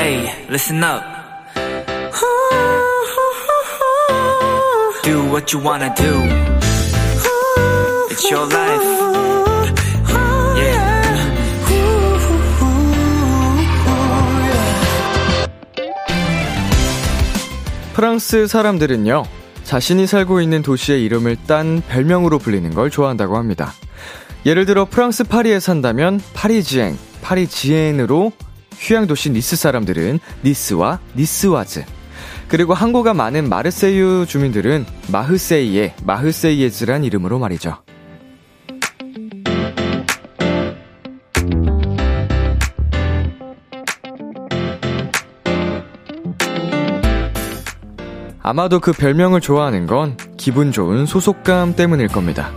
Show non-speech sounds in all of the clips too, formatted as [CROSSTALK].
Hey, listen up. Do what you wanna do. It's your life. 프랑스 사람들은요, 자신이 살고 있는 도시의 이름을 딴 별명으로 불리는 걸 좋아한다고 합니다. 예를 들어 프랑스 파리에 산다면 파리지앵, 파리지엔으로 휴양도시 니스 사람들은 니스와 니스와즈. 그리고 항구가 많은 마르세유 주민들은 마흐세이에, 마흐세이에즈란 이름으로 말이죠. 아마도 그 별명을 좋아하는 건 기분 좋은 소속감 때문일 겁니다.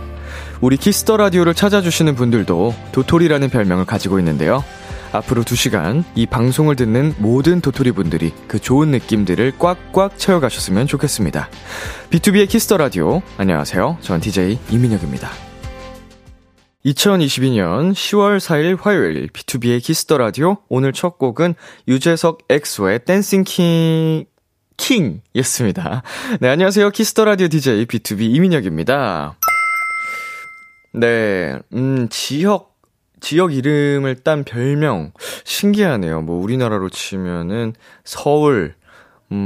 우리 키스터 라디오를 찾아주시는 분들도 도토리라는 별명을 가지고 있는데요. 앞으로 2시간 이 방송을 듣는 모든 도토리 분들이 그 좋은 느낌들을 꽉꽉 채워가셨으면 좋겠습니다. B2B의 키스터 라디오. 안녕하세요. 전 DJ 이민혁입니다. 2022년 10월 4일 화요일 B2B의 키스터 라디오. 오늘 첫 곡은 유재석 엑소의 댄싱 킹 킹이었습니다. 네, 안녕하세요. 키스터 라디오 DJ B2B 이민혁입니다. 네, 음, 지역, 지역 이름을 딴 별명. 신기하네요. 뭐, 우리나라로 치면은, 서울, 음,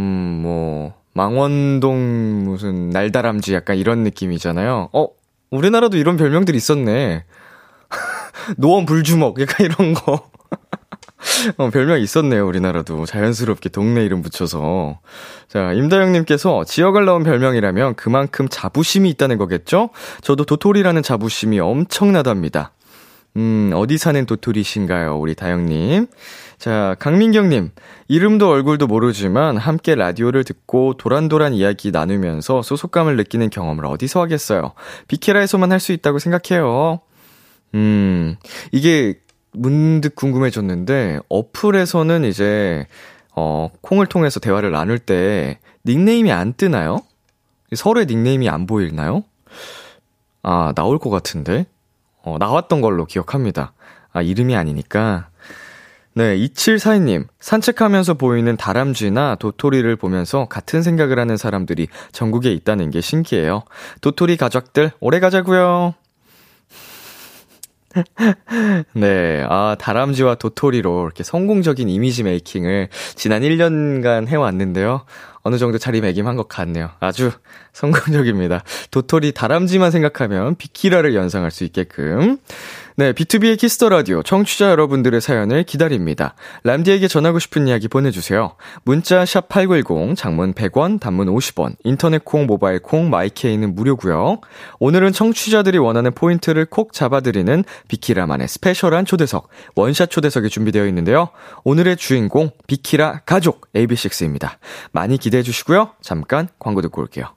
뭐, 망원동, 무슨, 날다람쥐 약간 이런 느낌이잖아요. 어, 우리나라도 이런 별명들이 있었네. [LAUGHS] 노원 불주먹, 약간 이런 거. [LAUGHS] 어, 별명이 있었네요, 우리나라도. 자연스럽게 동네 이름 붙여서. 자, 임다영님께서 지역을 나온 별명이라면 그만큼 자부심이 있다는 거겠죠? 저도 도토리라는 자부심이 엄청나답니다. 음, 어디 사는 도토리신가요, 우리 다영님? 자, 강민경님. 이름도 얼굴도 모르지만 함께 라디오를 듣고 도란도란 이야기 나누면서 소속감을 느끼는 경험을 어디서 하겠어요? 비케라에서만 할 수 있다고 생각해요. 음, 이게 문득 궁금해졌는데 어플에서는 이제 어 콩을 통해서 대화를 나눌 때 닉네임이 안 뜨나요? 서로의 닉네임이 안 보이나요? 아 나올 것 같은데 어 나왔던 걸로 기억합니다. 아 이름이 아니니까 네, 2742님. 산책하면서 보이는 다람쥐나 도토리를 보면서 같은 생각을 하는 사람들이 전국에 있다는 게 신기해요. 도토리 가족들, 오래 가자고요 네, 아, 다람쥐와 도토리로 이렇게 성공적인 이미지 메이킹을 지난 1년간 해왔는데요. 어느 정도 자리매김한 것 같네요. 아주 [LAUGHS] 성공적입니다. 도토리 다람쥐만 생각하면 비키라를 연상할 수 있게끔. 네, B2B의 키스터 라디오 청취자 여러분들의 사연을 기다립니다. 람디에게 전하고 싶은 이야기 보내주세요. 문자 샵 #8910 장문 100원, 단문 50원, 인터넷 콩, 모바일 콩, 마이케이는 무료고요. 오늘은 청취자들이 원하는 포인트를 콕 잡아드리는 비키라만의 스페셜한 초대석 원샷 초대석이 준비되어 있는데요. 오늘의 주인공 비키라 가족 AB6IX입니다. 많이 기대해 주시고요. 잠깐 광고 듣고 올게요.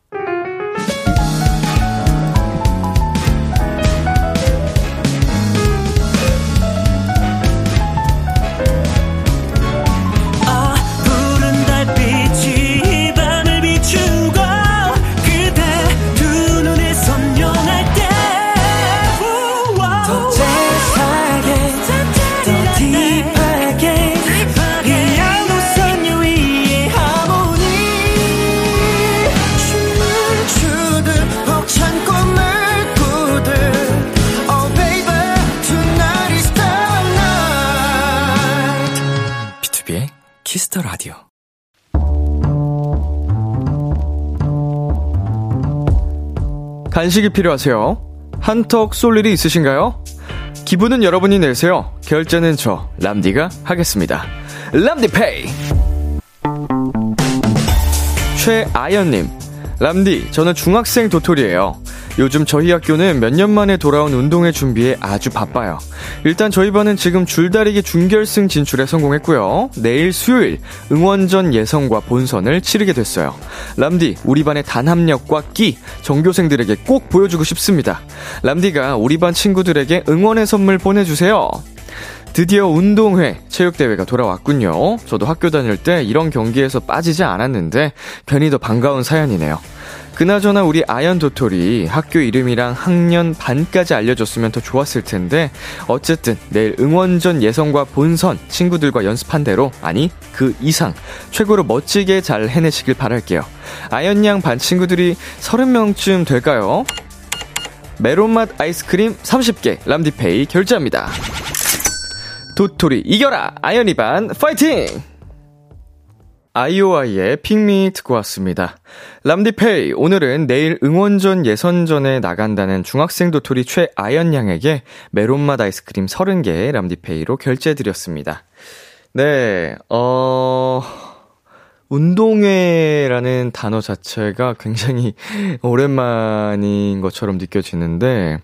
Oh, 키스터 라디오. 간식이 필요하세요? 한턱 쏠 일이 있으신가요? 기분은 여러분이 내세요. 결제는 저 람디가 하겠습니다. 람디페이. 최아연님, 람디, 저는 중학생 도토리예요. 요즘 저희 학교는 몇 년 만에 돌아온 운동회 준비에 아주 바빠요. 일단 저희 반은 지금 줄다리기 준결승 진출에 성공했고요. 내일 수요일 응원전 예선과 본선을 치르게 됐어요. 람디, 우리 반의 단합력과 끼, 전교생들에게 꼭 보여주고 싶습니다. 람디가 우리 반 친구들에게 응원의 선물 보내주세요. 드디어 운동회, 체육대회가 돌아왔군요. 저도 학교 다닐 때 이런 경기에서 빠지지 않았는데, 괜히 더 반가운 사연이네요. 그나저나 우리 아연 도토리 학교 이름이랑 학년 반까지 알려줬으면 더 좋았을 텐데 어쨌든 내일 응원전 예선과 본선 친구들과 연습한 대로 아니 그 이상 최고로 멋지게 잘 해내시길 바랄게요. 아연 양 반 친구들이 30명쯤 될까요? 메론맛 아이스크림 30개 람디페이 결제합니다. 도토리 이겨라 아연이 반 파이팅! 아이오아이의 핑미 듣고 왔습니다. 람디페이, 오늘은 내일 응원전 예선전에 나간다는 중학생 도토리 최아연 양에게 메론맛 아이스크림 30개 람디페이로 결제해드렸습니다. 네, 어, 운동회라는 단어 자체가 굉장히 [LAUGHS] 오랜만인 것처럼 느껴지는데,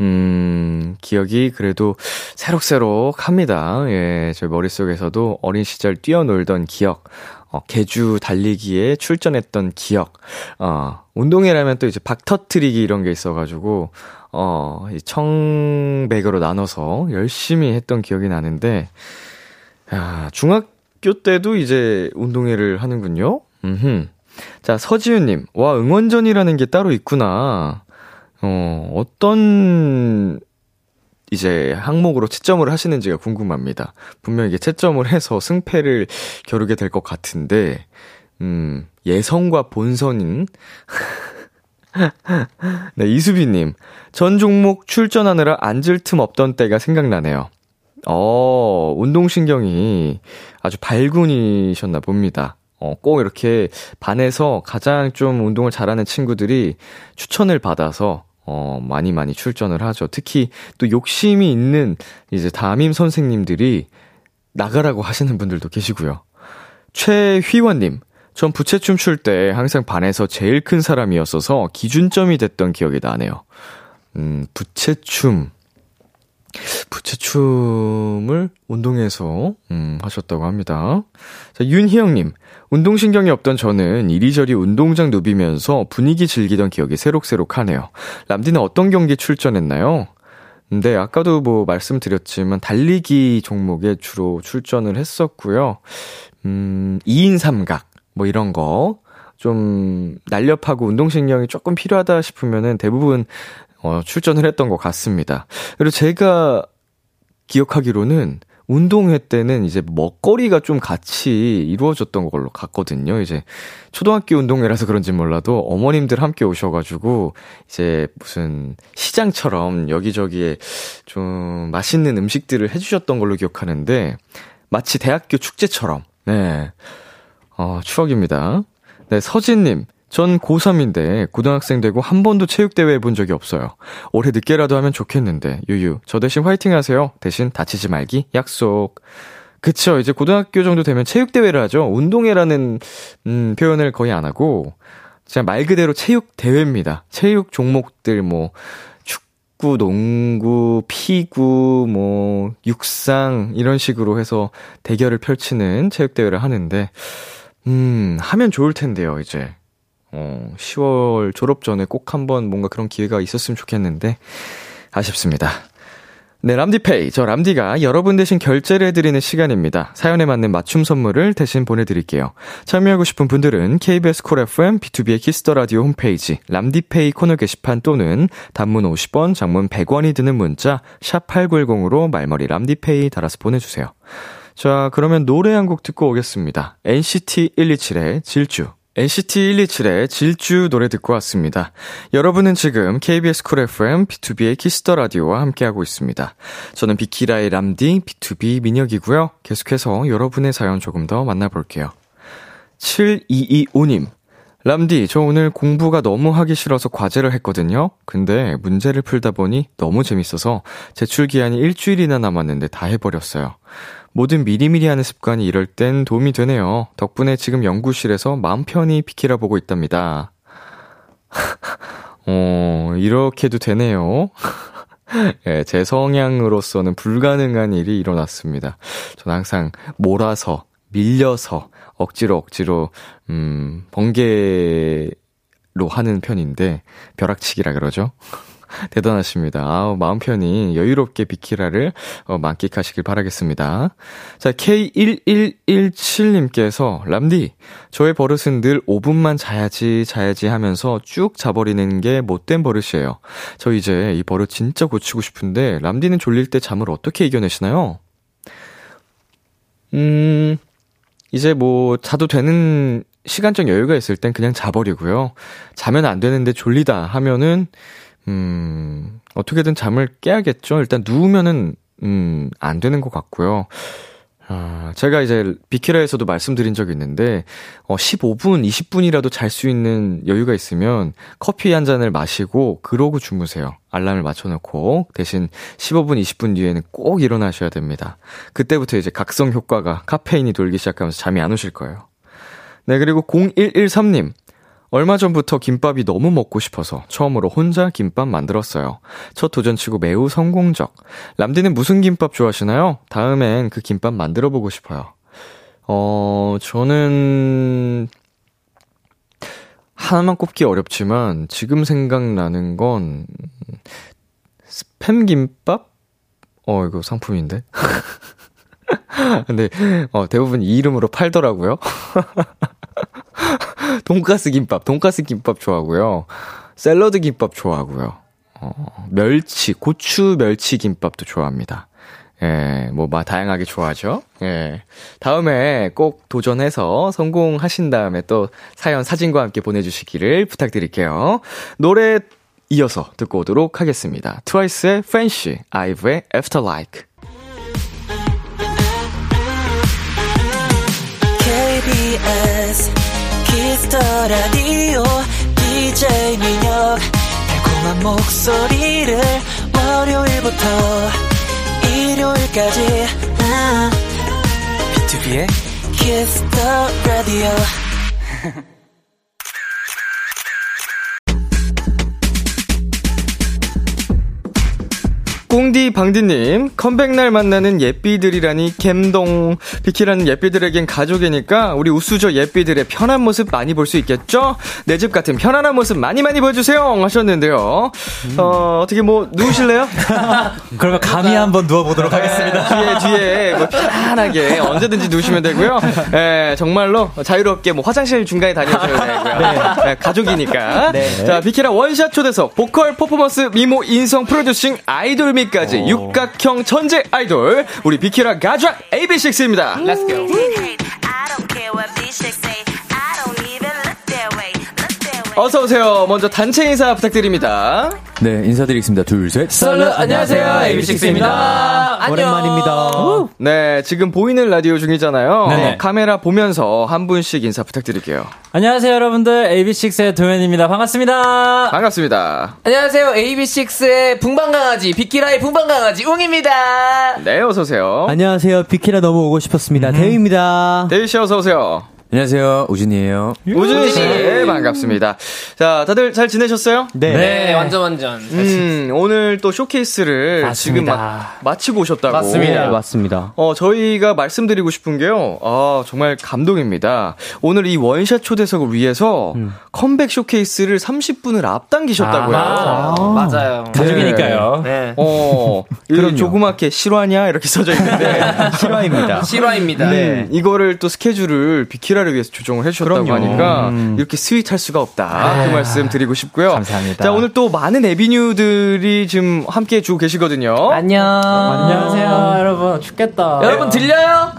음, 기억이 그래도 새록새록 합니다. 예, 제 머릿속에서도 어린 시절 뛰어놀던 기억, 어, 개주 달리기에 출전했던 기억, 어, 운동회라면 또 이제 박터트리기 이런 게 있어가지고, 어, 이 청백으로 나눠서 열심히 했던 기억이 나는데, 야, 중학교 때도 이제 운동회를 하는군요? 음흠. 자, 서지윤님, 와, 응원전이라는 게 따로 있구나. 어, 어떤 이제 항목으로 채점을 하시는지가 궁금합니다. 분명 이게 채점을 해서 승패를 겨루게 될 것 같은데, 음, 예선과 본선인. [LAUGHS] 네, 이수비님. 전 종목 출전하느라 앉을 틈 없던 때가 생각나네요. 어, 운동신경이 아주 발군이셨나 봅니다. 어, 꼭 이렇게 반에서 가장 좀 운동을 잘하는 친구들이 추천을 받아서 어, 많이 많이 출전을 하죠. 특히 또 욕심이 있는 이제 담임 선생님들이 나가라고 하시는 분들도 계시고요. 최휘원님, 전 부채춤 출 때 항상 반에서 제일 큰 사람이었어서 기준점이 됐던 기억이 나네요. 음, 부채춤. 부채춤을 운동해서 음, 하셨다고 합니다. 자, 윤희영님, 운동신경이 없던 저는 이리저리 운동장 누비면서 분위기 즐기던 기억이 새록새록하네요. 람디는 어떤 경기 출전했나요? 네, 아까도 뭐 말씀드렸지만 달리기 종목에 주로 출전을 했었고요. 음, 2인 삼각 뭐 이런 거. 좀 날렵하고 운동신경이 조금 필요하다 싶으면은 대부분 어, 출전을 했던 것 같습니다. 그리고 제가 기억하기로는 운동회 때는 이제 먹거리가 좀 같이 이루어졌던 걸로 같거든요. 이제 초등학교 운동회라서 그런지 몰라도 어머님들 함께 오셔가지고 이제 무슨 시장처럼 여기저기에 좀 맛있는 음식들을 해주셨던 걸로 기억하는데 마치 대학교 축제처럼 네. 어, 추억입니다. 네, 서진님. 전 고3인데 고등학생 되고 한 번도 체육대회 해본 적이 없어요. 올해 늦게라도 하면 좋겠는데, 유유. 저 대신 화이팅 하세요. 대신 다치지 말기 약속. 그쵸. 이제 고등학교 정도 되면 체육대회를 하죠. 운동회라는, 음, 표현을 거의 안 하고, 진짜 말 그대로 체육대회입니다. 체육 종목들 뭐, 축구, 농구, 피구, 뭐, 육상, 이런 식으로 해서 대결을 펼치는 체육대회를 하는데, 음, 하면 좋을 텐데요, 이제. 어, 10월 졸업 전에 꼭 한번 뭔가 그런 기회가 있었으면 좋겠는데, 아쉽습니다. 네, 람디페이. 저 람디가 여러분 대신 결제를 해드리는 시간입니다. 사연에 맞는 맞춤 선물을 대신 보내드릴게요. 참여하고 싶은 분들은 KBS 콜 FM, B2B의 키스터 라디오 홈페이지, 람디페이 코너 게시판 또는 단문 50원, 장문 100원이 드는 문자, 샵8910으로 말머리 람디페이 달아서 보내주세요. 자, 그러면 노래 한 곡 듣고 오겠습니다. NCT 127의 질주. NCT 127의 질주 노래 듣고 왔습니다. 여러분은 지금 KBS 쿨 FM B2B의 키스터 라디오와 함께하고 있습니다. 저는 비키라의 람디 B2B 민혁이고요. 계속해서 여러분의 사연 조금 더 만나볼게요. 7225님. 람디, 저 오늘 공부가 너무 하기 싫어서 과제를 했거든요. 근데 문제를 풀다 보니 너무 재밌어서 제출 기한이 일주일이나 남았는데 다 해버렸어요. 뭐든 미리미리 하는 습관이 이럴 땐 도움이 되네요. 덕분에 지금 연구실에서 마음 편히 비키라 보고 있답니다. [LAUGHS] 어, 이렇게도 되네요. [LAUGHS] 예, 제 성향으로서는 불가능한 일이 일어났습니다. 저는 항상 몰아서, 밀려서, 억지로 억지로, 음, 번개로 하는 편인데, 벼락치기라 그러죠? [LAUGHS] 대단하십니다. 아우, 마음 편히 여유롭게 비키라를 어, 만끽하시길 바라겠습니다. 자, K1117님께서, 람디, 저의 버릇은 늘 5분만 자야지, 자야지 하면서 쭉 자버리는 게 못된 버릇이에요. 저 이제 이 버릇 진짜 고치고 싶은데, 람디는 졸릴 때 잠을 어떻게 이겨내시나요? 음, 이제 뭐, 자도 되는 시간적 여유가 있을 땐 그냥 자버리고요. 자면 안 되는데 졸리다 하면은, 음, 어떻게든 잠을 깨야겠죠. 일단 누우면은, 음, 안 되는 것 같고요. 아, 제가 이제 비키라에서도 말씀드린 적이 있는데, 어, 15분, 20분이라도 잘 수 있는 여유가 있으면 커피 한 잔을 마시고, 그러고 주무세요. 알람을 맞춰놓고, 대신 15분, 20분 뒤에는 꼭 일어나셔야 됩니다. 그때부터 이제 각성 효과가 카페인이 돌기 시작하면서 잠이 안 오실 거예요. 네, 그리고 0113님. 얼마 전부터 김밥이 너무 먹고 싶어서 처음으로 혼자 김밥 만들었어요. 첫 도전치고 매우 성공적. 람디는 무슨 김밥 좋아하시나요? 다음엔 그 김밥 만들어 보고 싶어요. 어, 저는 하나만 꼽기 어렵지만 지금 생각나는 건 스팸 김밥? 어, 이거 상품인데. [LAUGHS] 근데 어, 대부분 이 이름으로 팔더라고요. [LAUGHS] 돈가스 김밥, 돈가스 김밥 좋아하고요. 샐러드 김밥 좋아하고요. 어, 멸치, 고추 멸치 김밥도 좋아합니다. 예, 뭐, 마, 다양하게 좋아하죠. 예. 다음에 꼭 도전해서 성공하신 다음에 또 사연, 사진과 함께 보내주시기를 부탁드릴게요. 노래 이어서 듣고 오도록 하겠습니다. 트와이스의 Fancy, 아이브의 After Like. KBS 키스 더 라디오 DJ 민혁 달콤한 목소리를 월요일부터 일요일까지 아, B2B의 키스 더 라디오 꽁디 방디님 컴백날 만나는 예삐들이라니 갬동 비키라는 예삐들에겐 가족이니까 우리 우수저 예삐들의 편한 모습 많이 볼 수 있겠죠 내 집 같은 편안한 모습 많이 많이 보여주세요 하셨는데요 어 어떻게 뭐 누우실래요 그러면 감히 한번 누워보도록 하겠습니다. 뒤에 뒤에 뭐 편안하게 언제든지 누우시면 되고요 예 정말로 자유롭게 뭐 화장실 중간에 다녀오셔도 [LAUGHS] 되고요 예, 가족이니까 자 비키라 원샷 초대석 보컬 퍼포먼스 미모 인성 프로듀싱 아이돌 미까지 육각형 천재 아이돌 우리 비키라 가족 AB6IX입니다. Let's go. 어서 오세요. 먼저 단체 인사 부탁드립니다. 네, 인사드리겠습니다. 둘, 셋. 썰루, 안녕하세요. AB6IX 입니다. 오랜만입니다. 네, 지금 보이는 라디오 중이잖아요. 네네. 카메라 보면서 한 분씩 인사 부탁드릴게요. 안녕하세요, 여러분들. AB6IX의 도현입니다. 반갑습니다. 반갑습니다. 안녕하세요. AB6IX의 붕방강아지, 빅키라의 붕방강아지, 웅입니다. 네, 어서 오세요. 안녕하세요. 비키라 너무 오고 싶었습니다. 음. 대유입니다. 대희 씨 어서 오세요. 안녕하세요. 우진이에요. 우진 씨 네, 반갑습니다. 자, 다들 잘 지내셨어요? 네. 완전 완전. 음, 오늘 또 쇼케이스를 지금 마, 맞습니다. 마치고 오셨다고. 네, 맞습니다. 어, 저희가 말씀드리고 싶은 게요. 아, 정말 감동입니다. 오늘 이 원샷 초대석을 위해서 컴백 쇼케이스를 30분을 앞당기셨다고요. 아, 맞아요. 가족이니까요. 네. 어, 이 조그맣게 실화냐 이렇게 써져 있는데 실화입니다. 실화입니다. 네. 음, 이거를 또 스케줄을 비키라를 위해서 조정을 해주셨다고 하니까 이렇게 스윗할 수가 없다 그 말씀 드리고 싶고요. 감사합니다. 자 오늘 또 많은 에비뉴들이 지금 함께 해주고 계시거든요. 안녕. 안녕하세요, 여러분. 춥겠다. 여러분 들려요?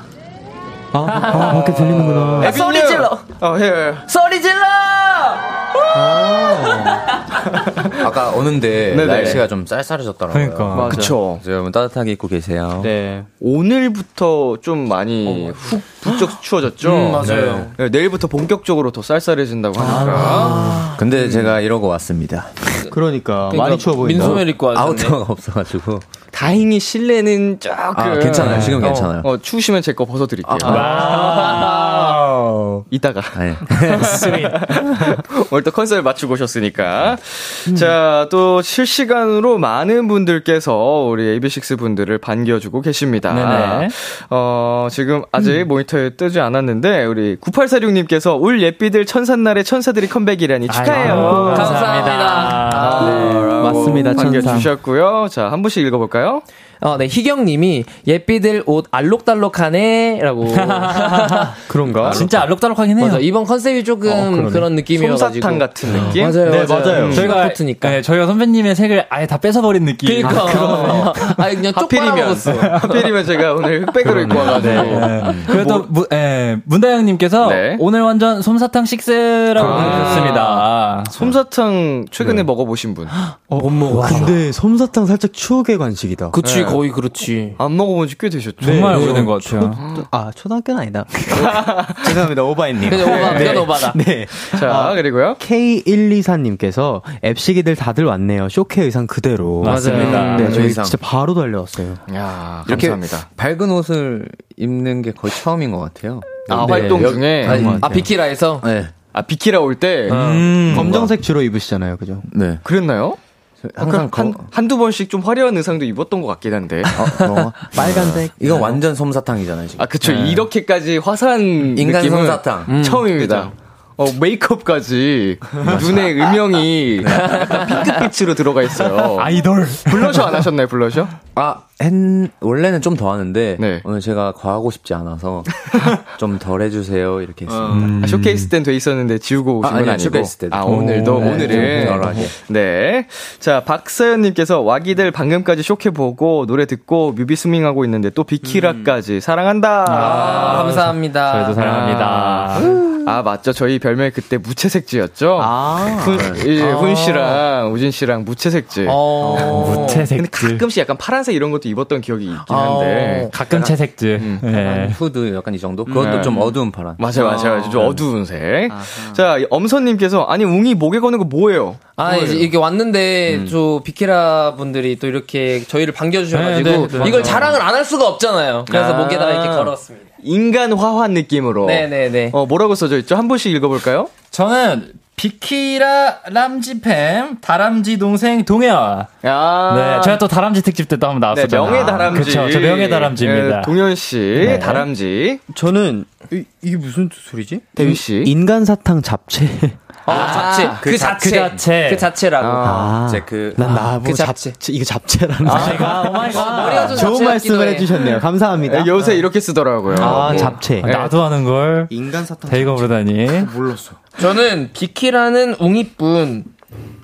아, 아, 밖에 들리는구나. 에비뉴! 소리 질러. 어, 예, 예. 소리 질러! 아. [LAUGHS] 아까 오는데 네네. 날씨가 좀 쌀쌀해졌더라고요. 그러니까. 그쵸. 그래서 여러분 따뜻하게 입고 계세요. 어. 네. 오늘부터 좀 많이 훅 부쩍 추워졌죠. 음, 맞아요. 네, 내일부터 본격적으로 더 쌀쌀해진다고 하니까. 아. 근데 제가 이러고 왔습니다. 그러니까, 많이 추워 보인다. 민소매 입고 왔어요. 아우터가 없어가지고. 다행히 실내는 조금 아, 그 괜찮아요. 아. 지금 어, 괜찮아요. 어, 추우시면 제 거 벗어드릴게요. 어. 이따가. 네. 아니, [LAUGHS] 오늘 또 컨셉 맞추고 오셨으니까. 자, 또 실시간으로 많은 분들께서 우리 AB6 분들을 반겨주고 계십니다. 네네. 어, 지금 아직 모니터에 뜨지 않았는데, 우리 9846님께서 울 예삐들 천산날의 천사들이 컴백이라니 축하해요. 아이고, 감사합니다. 아, 맞습니다, 판결 천상. 주셨고요. 자, 한 분씩 읽어볼까요? 어, 네, 희경님이 예삐들 옷 알록달록하네라고. 그런가? 진짜 알록달록하긴 해요. 맞아, 이번 컨셉이 조금 그런 느낌이어가지고. 솜사탕 같은 느낌? 음. 맞아요, 음. 네, 맞아요. 맞아요. 저희가 코트니까. 네, 저희가 선배님의 색을 아예 다 뺏어버린 느낌. 그러니까. 아, 그냥 쪽 하필이면, 빨아먹었어. 하필이면 제가 오늘 흑백으로 입고 네. 와가지고. 그래도 무, 예, 문다영님께서 네. 오늘 완전 솜사탕 식스라고 아. 보내주셨습니다. 네. 솜사탕 최근에 먹어보신 분? 안 못 먹어. 아, 근데 솜사탕 살짝 추억의 간식이다. 그치, 네. 거의 그렇지. 먹어본 지 꽤 되셨죠? 정말 오래된 것 같아요. 아 초등학교는 아니다. [LAUGHS] 죄송합니다 오바이님. 그냥 오바, 그냥 오바다. 네. 자, 아. 그리고요. K124님께서 앱시기들 다들 왔네요. 쇼케 의상 그대로. 맞습니다. 네, 음, 저희 의상. 진짜 바로 달려왔어요. 야 이렇게 감사합니다. 밝은 옷을 입는 게 거의 처음인 것 같아요. 아, 네. 활동 여- 중에. 아니, 아, 비키라에서? 네. 아, 비키라 올 때. 음. 검정색 주로 입으시잖아요, 그죠? 네. 그랬나요? 항상 한, 거- 한두 번씩 좀 화려한 의상도 입었던 것 같긴 한데. 어, 뭐. 빨간색. 이거 완전 솜사탕이잖아요, 지금. 아, 그쵸. 네. 이렇게까지 화사한 인간 느낌은 솜사탕. 처음입니다. 어, 메이크업까지 눈에 [LAUGHS] 음영이 약간 핑크빛으로 들어가 있어요. 네. 아이돌. 블러셔 안 하셨나요, 블러셔? 아, 했- 원래는 좀 더 하는데 네. 오늘 제가 과하고 싶지 [LAUGHS] 않아서 좀 덜 해주세요 이렇게 했습니다. 어. 네. 아, 쇼케이스 땐 돼 있었는데 지우고 오신 음. 아, 건 아니요, 아니고. 쇼케이스 때도. 아, 오늘도 오, 네, 오늘은 좀 널하게. 네. 자, 박서연 님께서 와기들 방금까지 쇼케 보고 노래 듣고 뮤비 스밍하고 있는데 또 음. 비키라까지 사랑한다. 아. 아, 감사합니다. 저희도 사랑합니다. 아, 맞죠. 저희 별명 이 그때 무채색지였죠? 아. 훈, 예, 훈 씨랑 우진 씨랑 무채색지. 뭐, 어. 근데 채색즈. 가끔씩 약간 파란색 이런 것도 입었던 기억이 있긴 아. 한데. 가끔 채색즈. 음. 네. 후드 약간 이 정도? 네. 그것도 좀 어두운 파란. 맞아요, 맞아요. 좀 어두운 색. 자, 이 엄선님께서, 아니, 웅이 목에 거는 거 뭐예요? 아, 이제 이게 왔는데, 음. 저, 비키라 분들이 또 이렇게 저희를 반겨주셔가지고, 네, 네, 네, 이걸 맞아요. 자랑을 안 할 수가 없잖아요. 그래서 아. 목에다가 이렇게 걸었습니다. 인간 화환 느낌으로. 네네네. 어, 뭐라고 써져 있죠? 한 분씩 읽어볼까요? 저는 비키라 람지팸 다람쥐 동생 동현. 아. 네, 제가 또 다람쥐 특집 때도 한번 네, 나왔었잖아요. 명예 다람쥐. 그쵸, 저 명예 다람쥐입니다. 네. 예, 동현 씨, 다람쥐. 저는 이게 무슨 소리지? 태윤 씨. 인간 사탕 잡채. 어, 아. 잡채. 그, 자체. 그 자체. 그 자체라고. 아, 제 그- 난 나보고 그 잡채. 잡채. 아, 이거 잡채라는. 제가 머리가 오마이갓. 좋은 좀 잡채 같기도 말씀을 해. 아, 해주셨네요. 감사합니다. 예, 요새 이렇게 쓰더라고요. 아, 뭐. 잡채. 나도 하는 걸 인간 사탕. 그 대이거 부르다니. 저는 비키라는 웅이뿐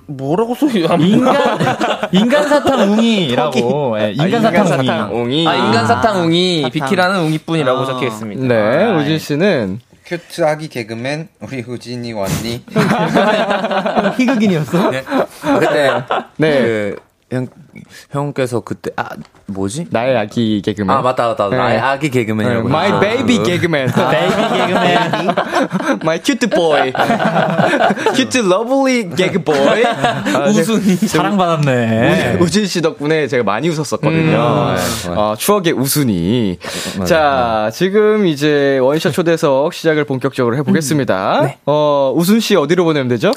뭐라고 아, 소리 안 인간 인간 사탕 웅이라고. 예, 아, 인간 사탕 웅이. 웅이. 아 인간 사탕 웅이 비키라는 웅이뿐이라고 적혀 있습니다. 네, 우진 씨는 큐트하기 개그맨 우리 우진이 왔니? 희극인이었어? 그때 네. 그 형, 형께서 그때 아 뭐지? 나의 아기 개그맨. 아 맞다 맞다 네. 나의 아기 개그맨이라고 아, My baby [LAUGHS] 개그맨. 베이비 개그맨. [LAUGHS] My cute boy. [LAUGHS] cute lovely gag boy. 아, 웃음 사랑받았네. 우진 씨 덕분에 제가 많이 웃었었거든요. 네, 어, 추억의 우순이. 자, 지금 이제 원샷 초대석 시작을 본격적으로 해보겠습니다. 어, 우순 씨 어디로 보내면 되죠?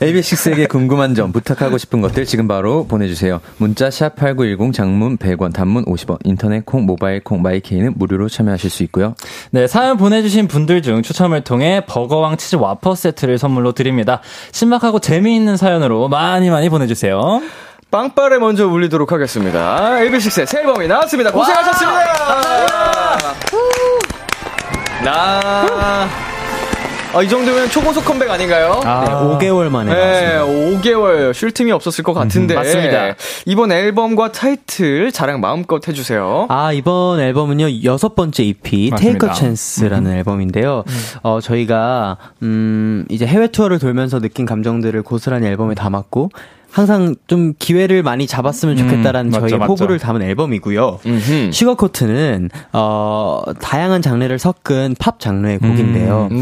AB6IX에게 궁금한 점 부탁하고 싶은 것들 네, 지금 바로 보내주세요 문자 샵8910 장문 100원 단문 50원 인터넷 콩 모바일 콩 마이케이는 무료로 참여하실 수 있고요 네, 사연 보내주신 분들 중 추첨을 통해 버거왕 치즈 와퍼 세트를 선물로 드립니다. 신박하고 재미있는 사연으로 많이 많이 보내주세요. 빵빠레 먼저 울리도록 하겠습니다. AB6IX의 새 앨범이 나왔습니다. 고생하셨습니다! 나. 아, 이 정도면 초고속 컴백 아닌가요? 네, 5개월 만에. 네, 5개월 쉴 틈이 없었을 것 같은데. 맞습니다. 이번 앨범과 타이틀 자랑 마음껏 해주세요. 아, 이번 앨범은요, 여섯 번째 EP, 맞습니다. 음. Take a Chance라는 앨범인데요. 어, 저희가, 음, 이제 해외 투어를 돌면서 느낀 감정들을 고스란히 앨범에 담았고, 항상 좀 기회를 많이 잡았으면 좋겠다라는 음, 맞죠, 저희 맞죠. 포부를 담은 앨범이고요. 음흠. 슈거코트는, 어, 다양한 장르를 섞은 팝 장르의 곡인데요. 음.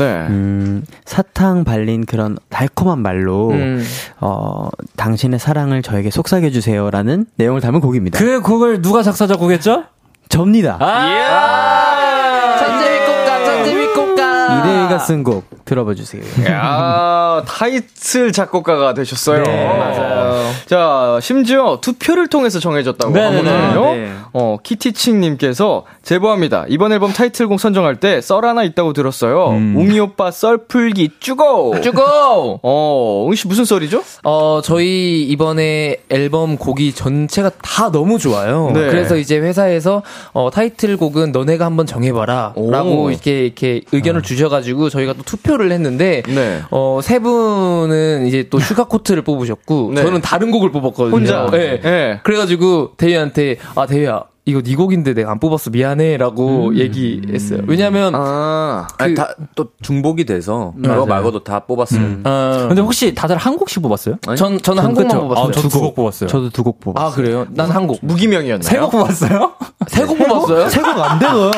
네. 사탕 발린 그런 달콤한 말로, 음. 어, 당신의 사랑을 저에게 속삭여주세요라는 내용을 담은 곡입니다. 그 곡을 누가 작사 작곡했죠? 예. 접니다. 아, 천재미꽃가 천재미꽃가 이대희가 쓴 곡 들어봐 주세요. 야, 타이틀 작곡가가 되셨어요. 맞아요. 자, 심지어 투표를 통해서 정해졌다고 네네네. 하거든요. 네. 어, 키티칭님께서 제보합니다. 이번 앨범 타이틀곡 선정할 때 썰 하나 있다고 들었어요. 웅이 오빠 썰 풀기 쭈고! 쭈고! 어, 웅씨 무슨 썰이죠? 어, 저희 이번에 앨범 곡이 전체가 다 너무 좋아요. 네. 그래서 이제 회사에서 어, 타이틀곡은 너네가 한번 정해봐라. 오. 라고 이렇게, 이렇게 의견을 주셔가지고 저희가 또 투표를 했는데, 네. 어, 세 분은 이제 또 슈가코트를 뽑으셨고, 네. 저는 다른 곡을 뽑았거든요. 혼자. 네. 예. 그래가지고 대희한테, 아, 대희야. 이거 네 곡인데 내가 안 뽑았어 미안해 라고 얘기했어요 왜냐면 그 아, 아니, 다, 또 중복이 돼서 그거 말고도 다 뽑았어요. 음. 어, 근데 혹시 다들 한 곡씩 뽑았어요? 전, 저는 한 곡만 뽑았어요 저도 두곡 뽑았어요. [LAUGHS] 저도 두 곡 뽑아. 아 그래요? 난 한곡 무기명이었나요? 세곡 뽑았어요? 세 곡 뽑았어요? 아, 세곡 안 되나?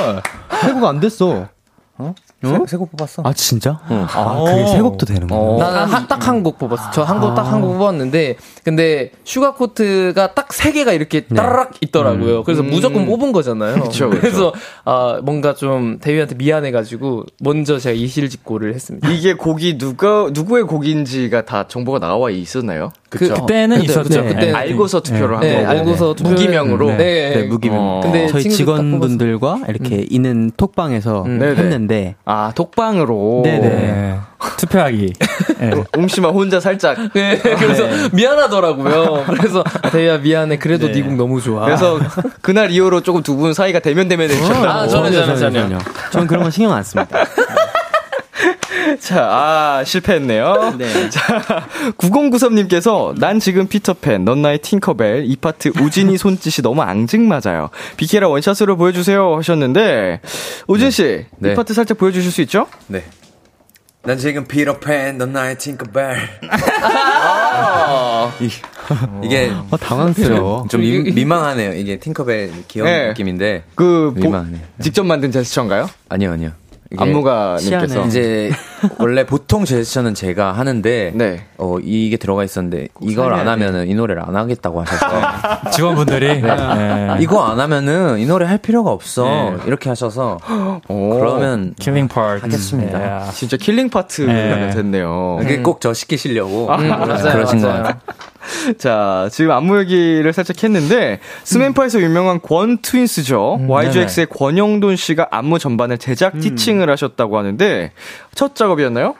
세곡 안 됐어. 세곡 뽑았어. 아 진짜? 아 어. 오. 그게 세곡도 되는 거야. 나는 딱 한 곡 뽑았어. 저 한 곡 딱 한 곡 뽑았는데, 근데 슈가 코트가 딱 세 개가 이렇게 따라락 있더라고요. 그래서 무조건 뽑은 거잖아요. 그쵸, 그쵸. 래서 아, 뭔가 좀 대휘한테 미안해가지고 먼저 제가 이실직고를 했습니다. 이게 곡이 누가, 누구의 곡인지가 다 정보가 나와 있었나요? 그쵸. 어. 그때는 있었죠. 네, 그때, 그때. 알고서 투표를 한 네, 거고. 알고서 투표를- 무기명으로. 네, 네. 네, 무기명. 어. 근데 저희 친구들 딱 직원분들과 이렇게 있는 톡방에서 네네. 했는데 아, 독방으로. 네네. [LAUGHS] 투표하기. 네. 웅씨만 혼자 살짝. 네, 그래서 미안하더라고요. 그래서 아, 대휘야 미안해. 그래도 네 곡 너무 좋아. 그래서 [LAUGHS] 그날 이후로 조금 두 분 사이가 대면 대면해지셨다고. 아, 저는 저는 저는. 저는 그런 건 신경 안 [LAUGHS] 씁니다. 자, 아, 실패했네요. [LAUGHS] 자, 9093님께서 난 지금 피터팬, 넌 나의 팅커벨, 이 파트 우진이 손짓이 너무 앙증맞아요. 비케라 원샷으로 보여주세요 하셨는데, 우진씨, 네. 이 파트 살짝 보여주실 수 있죠? 네. 난 지금 피터팬, 넌 나의 팅커벨. 아. 이- 이게 어, 당황스러워. 좀 민- 민망하네요. 이게 팅커벨 귀여운 네. 느낌인데. 그, 보- 민망하네. 직접 만든 제스처인가요? 아니요, 아니요. 이게 어. 안무가님께서. 이제 원래 보통 제스처는 제가 하는데 네. 어 이게 들어가 있었는데 이걸 안 하면은 이 노래를 안 하겠다고 하셔서 직원분들이. 네. 이거 안 하면은 이 노래 할 필요가 없어 이렇게 하셔서 그러면 킬링 파트. 하겠습니다. 네. 진짜 킬링 파트가 네. 됐네요. 그게 꼭 저 시키시려고 음, 음, 그러신 거예요. 자, 지금 안무 얘기를 살짝 했는데 스맨파에서 유명한 권 트윈스죠. 음, YGX의 권영돈 씨가 안무 전반을 제작 티칭을 하셨다고 하는데 첫 작업이었나요?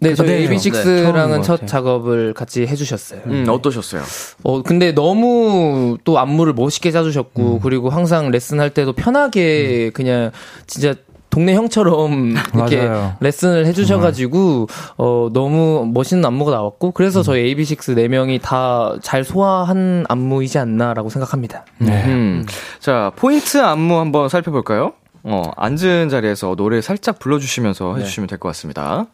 네, 저희 네. AB6IX랑은 첫 작업을 같이 해주셨어요. 음, 어떠셨어요? 어, 근데 너무 또 안무를 멋있게 짜주셨고, 그리고 항상 레슨할 때도 편하게 그냥 진짜 동네 형처럼 [LAUGHS] 이렇게 맞아요. 레슨을 해주셔가지고, 어, 너무 멋있는 안무가 나왔고, 그래서 저희 AB6 네명이 다 잘 소화한 안무이지 않나라고 생각합니다. 음. 자, 포인트 안무 한번 살펴볼까요? 어, 앉은 자리에서 노래 살짝 네. 불러주시면서 해주시면 될 것 같습니다.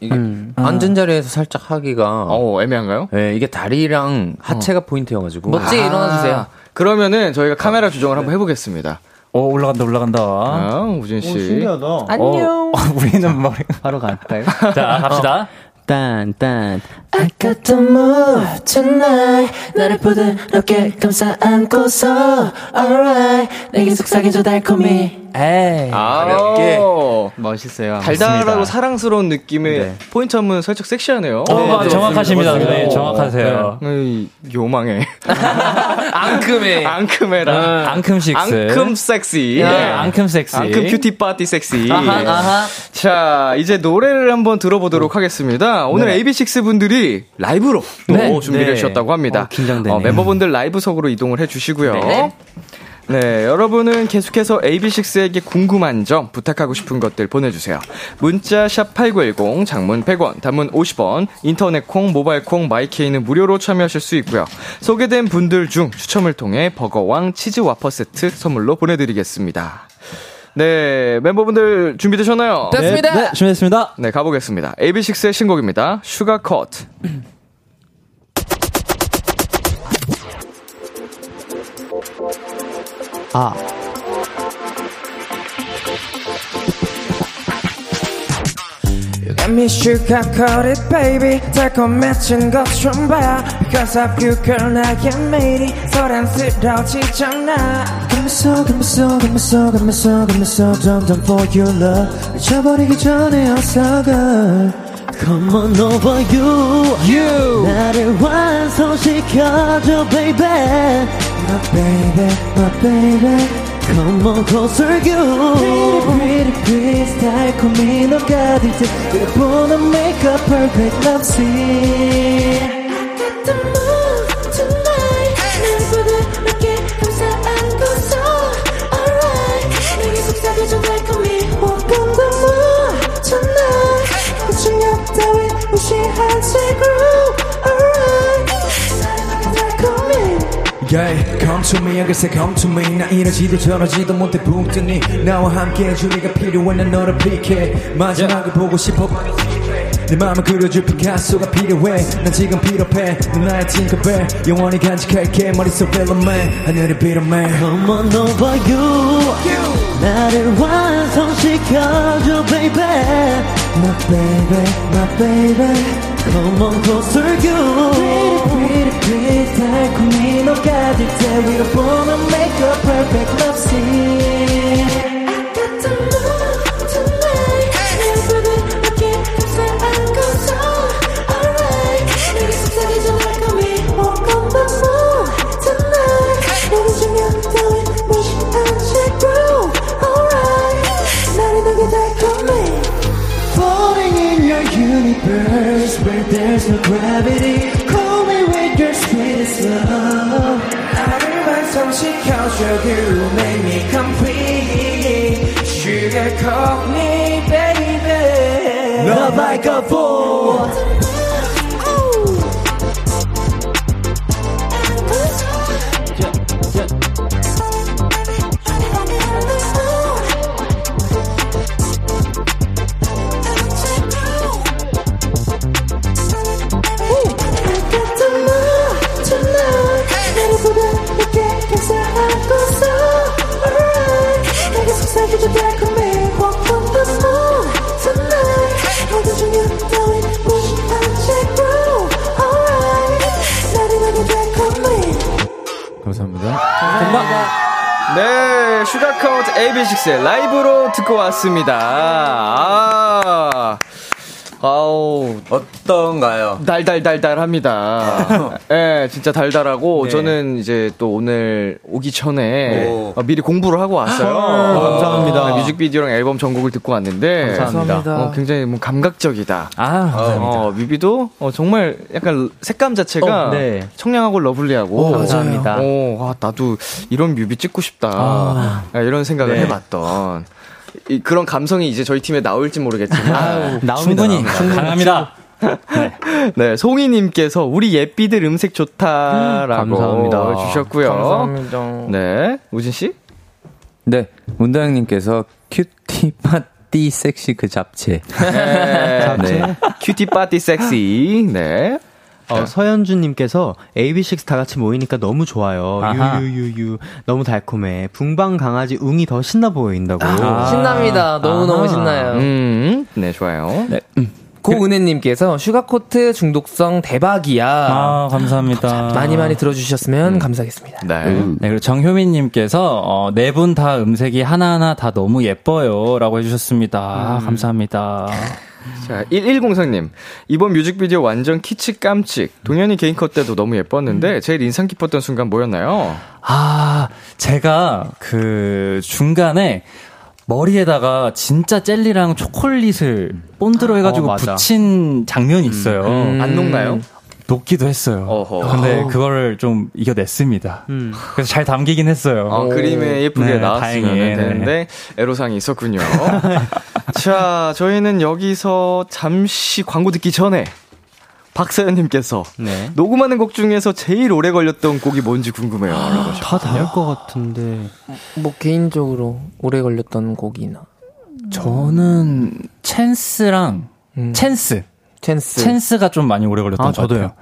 이게 음. 앉은 자리에서 살짝 하기가 어, 애매한가요? 네, 이게 다리랑 하체가 포인트여가지고 어. 멋지게 네, 일어나주세요. 아, 네. 아, 그러면은 저희가 카메라 조정을 한번 해보겠습니다. 오, 어, 올라간다, 올라간다. 아, 우진 씨. 안녕. [LAUGHS] 우리는 뭐 머리. 바로 갈까요? 네. 자, 갑시다. 딴딴 I got the move tonight 뭐 나를 부드럽게 감싸 안고서 Alright 내게 속삭여줘 달콤히 에이. 아, 가볍게. 아, 멋있어요. 달달하고 사랑스러운 느낌의 포인트 한번 살짝 섹시하네요. 네. 어, 맞- 정확하십니다. 맞습니다. 네, 정확하세요. 에이, [LAUGHS] 요망해. 앙큼해. 앙큼해라. 앙큼 식스. 앙큼 섹시. 네, 앙큼 섹시. 앙큼 큐티 파티 섹시. 네. 자, 이제 노래를 한번 들어보도록 하겠습니다. 오늘 AB6 분들이 라이브로 또 네. 준비를 네. 해주셨다고 합니다. 어, 긴장되네. 멤버분들 라이브석으로 이동을 해주시고요. 네. 여러분은 계속해서 AB6에게 궁금한 점, 부탁하고 싶은 것들 보내주세요. 문자 샵 8910, 장문 100원, 단문 50원, 인터넷 콩, 모바일 콩, 마이케이는 무료로 참여하실 수 있고요. 소개된 분들 중 추첨을 통해 버거왕 치즈 와퍼 세트 선물로 보내드리겠습니다. 네, 멤버분들 준비되셨나요? 됐습니다. 네, 준비됐습니다. 네, 가보겠습니다. AB6IX의 신곡입니다. 슈가 컷. 아 You got me shook I caught it baby 달콤해진 것좀봐 Because of you girl 나의 매일이 소란스러워지잖아 금속 금속 금속 금속 금속 점점 for your love 미쳐버리기 전에 어서 가 Come on over you, you. 나를 완성시켜줘 baby My baby my baby Come on closer you Pretty pretty please 달콤히 녹아들 때 들어보는 make up perfect love scene 뭐, 그 Yeah, come to me, I guess I come to me. 나 이러지도 저러지도 못해 붕뜨니 나와 함께 해줄 네가 필요해 난 너를 픽해 마지막을 보고 싶어 내 마음을 그려줄 피카소가 필요해 난 지금 필요해 넌 나의 팅커벨 영원히 간직할게 머릿속에 롬맨 하늘을 빌어맨 Come on over you. 나를 완성시켜줘, baby. My baby, my baby. Come on closer, you. Pretty, pretty, pretty. 달콤히 녹아들 때 위로 보는 make a perfect love scene. Falling in your universe where there's no gravity. Call me with your sweetest love. 나를 완성시켜줘, you make me complete. Sugarcoat me, baby. Love like a fool. 감사합니다. 네, 슈가카운트 AB6IX의 라이브로 듣고 왔습니다. 아, 아우, 어떤가요? 달달달달합니다. 예, 진짜 달달하고 네. 저는 이제 또 오늘 오기 전에 오. 어, 미리 공부를 하고 왔어요. 감사합니다. 뮤직비디오랑 앨범 전곡을 듣고 왔는데 감사합니다. 어, 굉장히 뭐 감각적이다. 아, 어, 뮤비도 어, 정말 약간 색감 자체가 어, 네. 청량하고 러블리하고 감사합니다. 오, 와, 나도 이런 뮤비 찍고 싶다. 아, 이런 생각을 네. 해봤던 이, 그런 감성이 이제 저희 팀에 나올지 모르겠지만 나옵니다. 충분히 가능합니다. 네, 송이님께서 우리 예삐들 음색 좋다라고 감사합니다. 주셨고요. 네, 우진 씨. 네, 문다영님께서 큐티 파티 섹시 그 잡채. 네, 네. 큐티 파티 섹시. 네. 어, 서현주님께서 AB6 다 같이 모이니까 너무 좋아요. 아하. 유유유유 너무 달콤해. 붕방 강아지 웅이 더 신나 보인다고. 아, 신납니다. 너무너무 신나요. 그- 음, 네, 좋아요. 네. 고은혜님께서 슈가코트 중독성 대박이야. 아, 감사합니다. 많이 많이 들어주셨으면 감사하겠습니다. 네, 그리고 정효민님께서 네 분 다 음색이 하나하나 다 너무 예뻐요라고 해주셨습니다. 아, 음. 감사합니다. 자, 1103님. 이번 뮤직비디오 완전 키치 깜찍. 동현이 개인컷 때도 너무 예뻤는데, 음. 제일 인상 깊었던 순간 뭐였나요? 아, 제가 그 중간에 머리에다가 진짜 젤리랑 초콜릿을 본드로 해가지고 어, 맞아. 붙인 장면이 있어요. 안 녹나요? 녹기도 했어요. 음, 어허. 아. 근데 그거를 좀 이겨냈습니다. 그래서 잘 담기긴 했어요. 어, 그림에 예쁘게 네, 나왔으면 다행이에요. 네. 되는데 애로사항이 [LAUGHS] 있었군요. 자, 저희는 여기서 잠시 광고 듣기 전에 박사연님께서 네. 녹음하는 곡 중에서 제일 오래 걸렸던 곡이 뭔지 궁금해요. 아. 라고 하셨- 다 다를 것 같은데. 뭐 개인적으로 오래 걸렸던 곡이나 저는 챈스랑 음. 챈스, 찬스. 챈스가 좀 많이 오래 걸렸던 아, 것 네. 같아요. 저도요.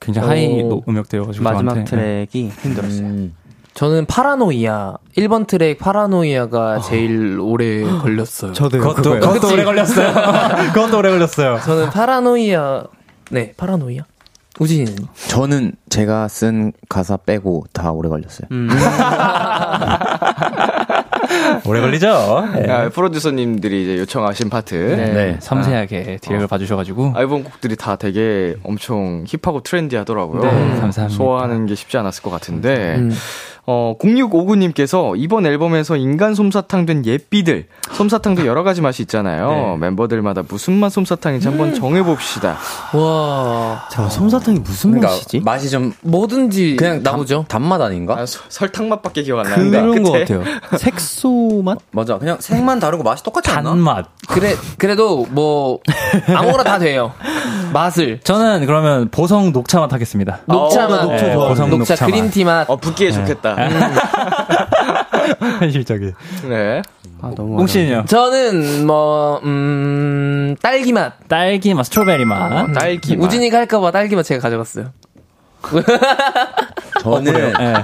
굉장히 하이 오. 음역대여가지고 마지막 저한테. 네. 트랙이 힘들었어요. 저는 파라노이아 1번 트랙 파라노이아가 제일 오래 걸렸어요. 저도요, 그것도- 그거요. 그것도 그치? 오래 걸렸어요. [LAUGHS] 그것도 오래 걸렸어요. 저는 [LAUGHS] 파라노이아 네 파라노이아 우진이는 저는 제가 쓴 가사 빼고 다 오래 걸렸어요. 오래 걸리죠? 네. 아, 프로듀서님들이 이제 요청하신 파트. 네, 어. 아, 네, 섬세하게 디렉을 봐주셔가지고. 앨범 곡들이 다 되게 엄청 힙하고 트렌디하더라고요. 음, 네, 감사합니다. 소화하는 게 쉽지 않았을 것 같은데. 어, 0659님께서 이번 앨범에서 인간 솜사탕 된 예삐들. 솜사탕도 여러 가지 맛이 있잖아요. 멤버들마다 무슨 맛 솜사탕인지 한번 정해봅시다. 와. 자, 솜사탕이 무슨 그러니까 맛이지? 맛이 좀 뭐든지 그냥 나오죠. 단맛 아닌가? 설탕 맛밖에 기억 안 나는데. 그런 것 끝에. 같아요. 색소 맛? 맞아. 그냥 색만 다르고 맛이 똑같지 않나? 단맛. 그래 그래도 뭐 아무거나 다 돼요. 맛을 저는 그러면 보성 녹차 맛 하겠습니다. 녹차 맛, 녹차 좋아하는데. 녹차, 녹차 맛. 그린티 맛. 어, 붓기에 좋겠다. [LAUGHS] 현실적인. 네. 아, 너무 몽신이요. 저는 뭐 음, 딸기 맛. 딸기 맛, 스트로베리 어, 맛. 딸기 맛. 우진이가 할까봐 딸기 맛 제가 가져갔어요. 저는 네. 예.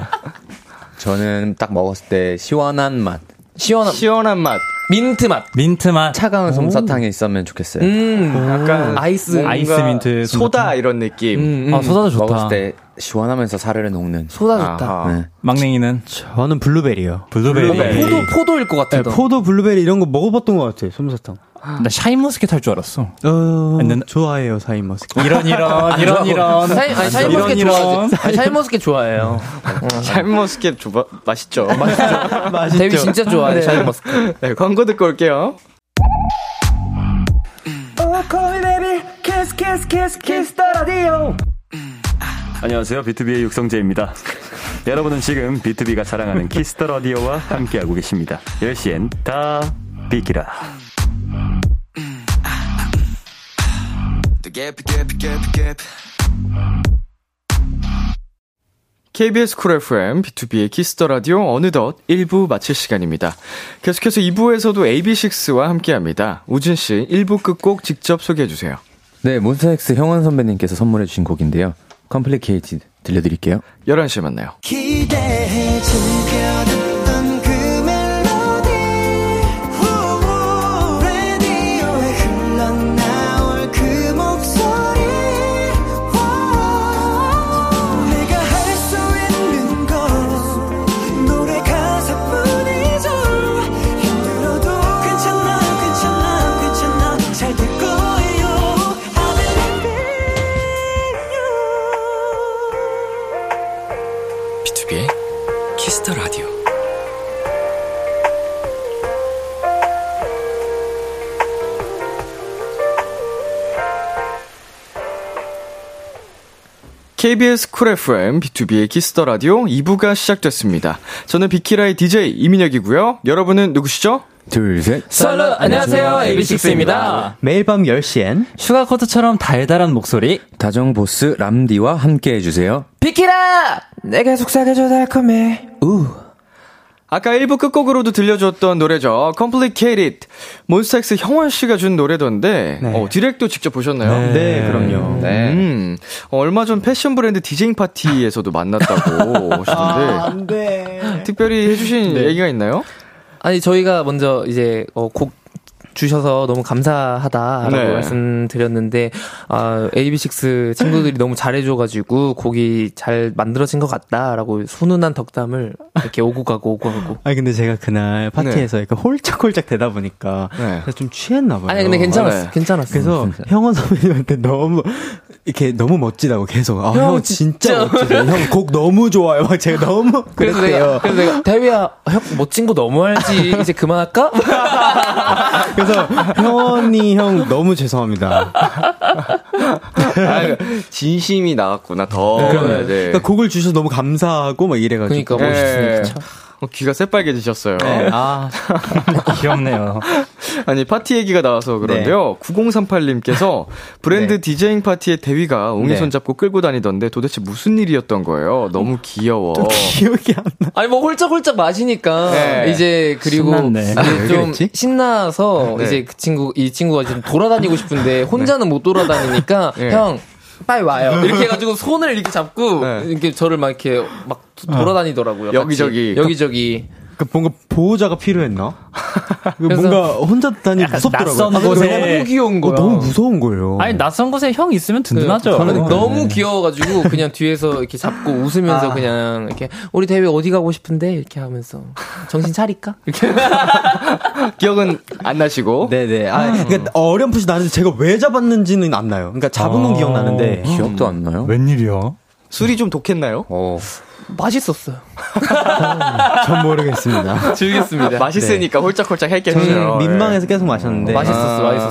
저는 딱 먹었을 때 시원한 맛. 시원한 시원한 맛. 민트 맛. 민트 맛. 차가운 솜사탕에 있었으면 좋겠어요. 음. 약간 아이스. 뭔가 아이스 민트 소다 이런 느낌. 아, 소다도 좋다. 먹었을 때 시원하면서 사르르 녹는. 소다 좋다. 아하. 네. 막냉이는 저는 블루베리요. 블루베리. 포도 아, 예. 포도일 것 네, 같은데. 포도 블루베리 이런 거 먹어봤던 것 같아요. 솜사탕. 나 샤인머스켓 할 줄 알았어. 아, 어, 근데- 좋아해요 사인 머스크. 이런 [LAUGHS] 이런 이런 이런. 샤인, 아니, 샤인머스켓 이런, 이런. 좋아하지. 아니, 샤인머스켓 좋아해요. [LAUGHS] 샤인머스켓 조바, 맛있죠? 데뷔 진짜 좋아해, 샤인머스켓. [LAUGHS] 네, 광고 듣고 올게요. 안녕하세요. 비투비의 육성재입니다. 여러분은 지금 비투비가 자랑하는 키스터 라디오와 함께하고 계십니다. 10시엔 다 비키라. KBS 쿨 FM, B2B의 키스터 라디오 어느덧 1부 마칠 시간입니다. 계속해서 2부에서도 AB6IX와 함께합니다. 우진 씨, 1부 끝곡 직접 소개해 주세요. 네, 몬스타엑스 형원 선배님께서 선물해 주신 곡인데요. 컴플리케이티드 들려드릴게요. 11시에 만나요. 기대해 즐겨 듣던 그 멜로디 후, 라디오에 흘러나올 그 목소리 와, 내가 할 수 있는 건 노래 가사뿐이죠 힘들어도 괜찮아 괜찮아 괜찮아 잘 될 거예요 I believe in you B2B의 키스터 라디오. KBS 쿨 FM, B2B의 키스터 라디오 2부가 시작됐습니다. 저는 비키라의 DJ 이민혁이고요. 여러분은 누구시죠? 둘, 셋. 썰루, 안녕하세요. AB6IX입니다. 매일 밤 10시엔 슈가 코트처럼 달달한 목소리. 다정 보스 람디와 함께 해주세요. 비키라! 내가 속삭여줘, 달콤해. 아까 1부 끝곡으로도 들려줬던 노래죠. Complicated. 몬스타엑스 형원 씨가 준 노래던데, 어, 디렉도 직접 보셨나요? 네, 그럼요. 네. 음, 어, 얼마 전 패션 브랜드 디제잉 파티에서도 만났다고 하시던데, 안돼. 특별히 해주신 얘기가 있나요? 아니, 저희가 먼저 이제, 어, 곡, 주셔서 너무 감사하다라고 네. 말씀드렸는데 아, AB6 친구들이 너무 잘해줘가지고 곡이 잘 만들어진 것 같다라고 훈훈한 덕담을 이렇게 오고 가고 오고 가고 아니 근데 제가 그날 파티에서 약간 홀짝홀짝 되다 보니까 네. 제가 좀 취했나 봐요. 아니 근데 괜찮았어 네. 괜찮았어 음. 그래서 형원 선배님한테 너무 이렇게 너무 멋지다고 계속 아, 형, 진짜, 멋지다. 형 곡 너무 좋아요. 막 제가 너무 그래서 그랬대요. 내가, 그래서 내가, 대휘야, 형, 멋진 거 너무 알지. 이제 그만할까? [LAUGHS] 그래서 형원이 형 너무 죄송합니다. 아, 진심이 나왔구나, 더. 그러면 네. 그러니까 곡을 주셔서 너무 감사하고 막 이래가지고 그러니까 네. 멋있으니까. 참. 어, 귀가 새빨개지셨어요. 네. 아 [LAUGHS] 귀엽네요. 아니 파티 얘기가 나와서 그런데요. [LAUGHS] 9038님께서 브랜드 디제잉 파티에 대위가 웅이 네. 손잡고 끌고 다니던데 도대체 무슨 일이었던 거예요? 너무 귀여워. 기억이 안 나. 아니, 뭐, 홀짝홀짝 마시니까. 네. 이제, 그리고. 신났네. 이제 왜 좀 그랬지? 신나서, 네. 이제 그 친구, 이 친구가 지금 돌아다니고 싶은데, 혼자는 못 돌아다니니까, 네. 형, 빨리 와요. 이렇게 해가지고 손을 이렇게 잡고 이렇게 저를 막 이렇게 막 도- 어. 돌아다니더라고요. 같이. 여기저기. 여기저기. 그 뭔가 보호자가 필요했나? 그래서 뭔가 혼자 다니 약간 무섭더라고요. 낯선 아, 곳에- 너무 너무 귀여운 거야. 너무 무서운 거예요. 아니 낯선 곳에 형 있으면 든든하죠. 네, 그, 네. 저는 너무 귀여워가지고 그냥 뒤에서 이렇게 잡고 웃으면서 아. 그냥 이렇게 우리 대회 어디 가고 싶은데 이렇게 하면서 정신 차릴까? [LAUGHS] 기억은 안 나시고. 네네. 아, 그러니까 어렴풋이 나는데 제가 왜 잡았는지는 안 나요. 그러니까 잡은 건 아. 기억나는데 기억도 안 나요? 웬일이야? 술이 좀 독했나요? 어. 맛있었어요. 전 모르겠습니다. [LAUGHS] 즐겼습니다. 맛있으니까 홀짝홀짝 했겠죠. 저는 예. 음, 민망해서 계속 마셨는데 아,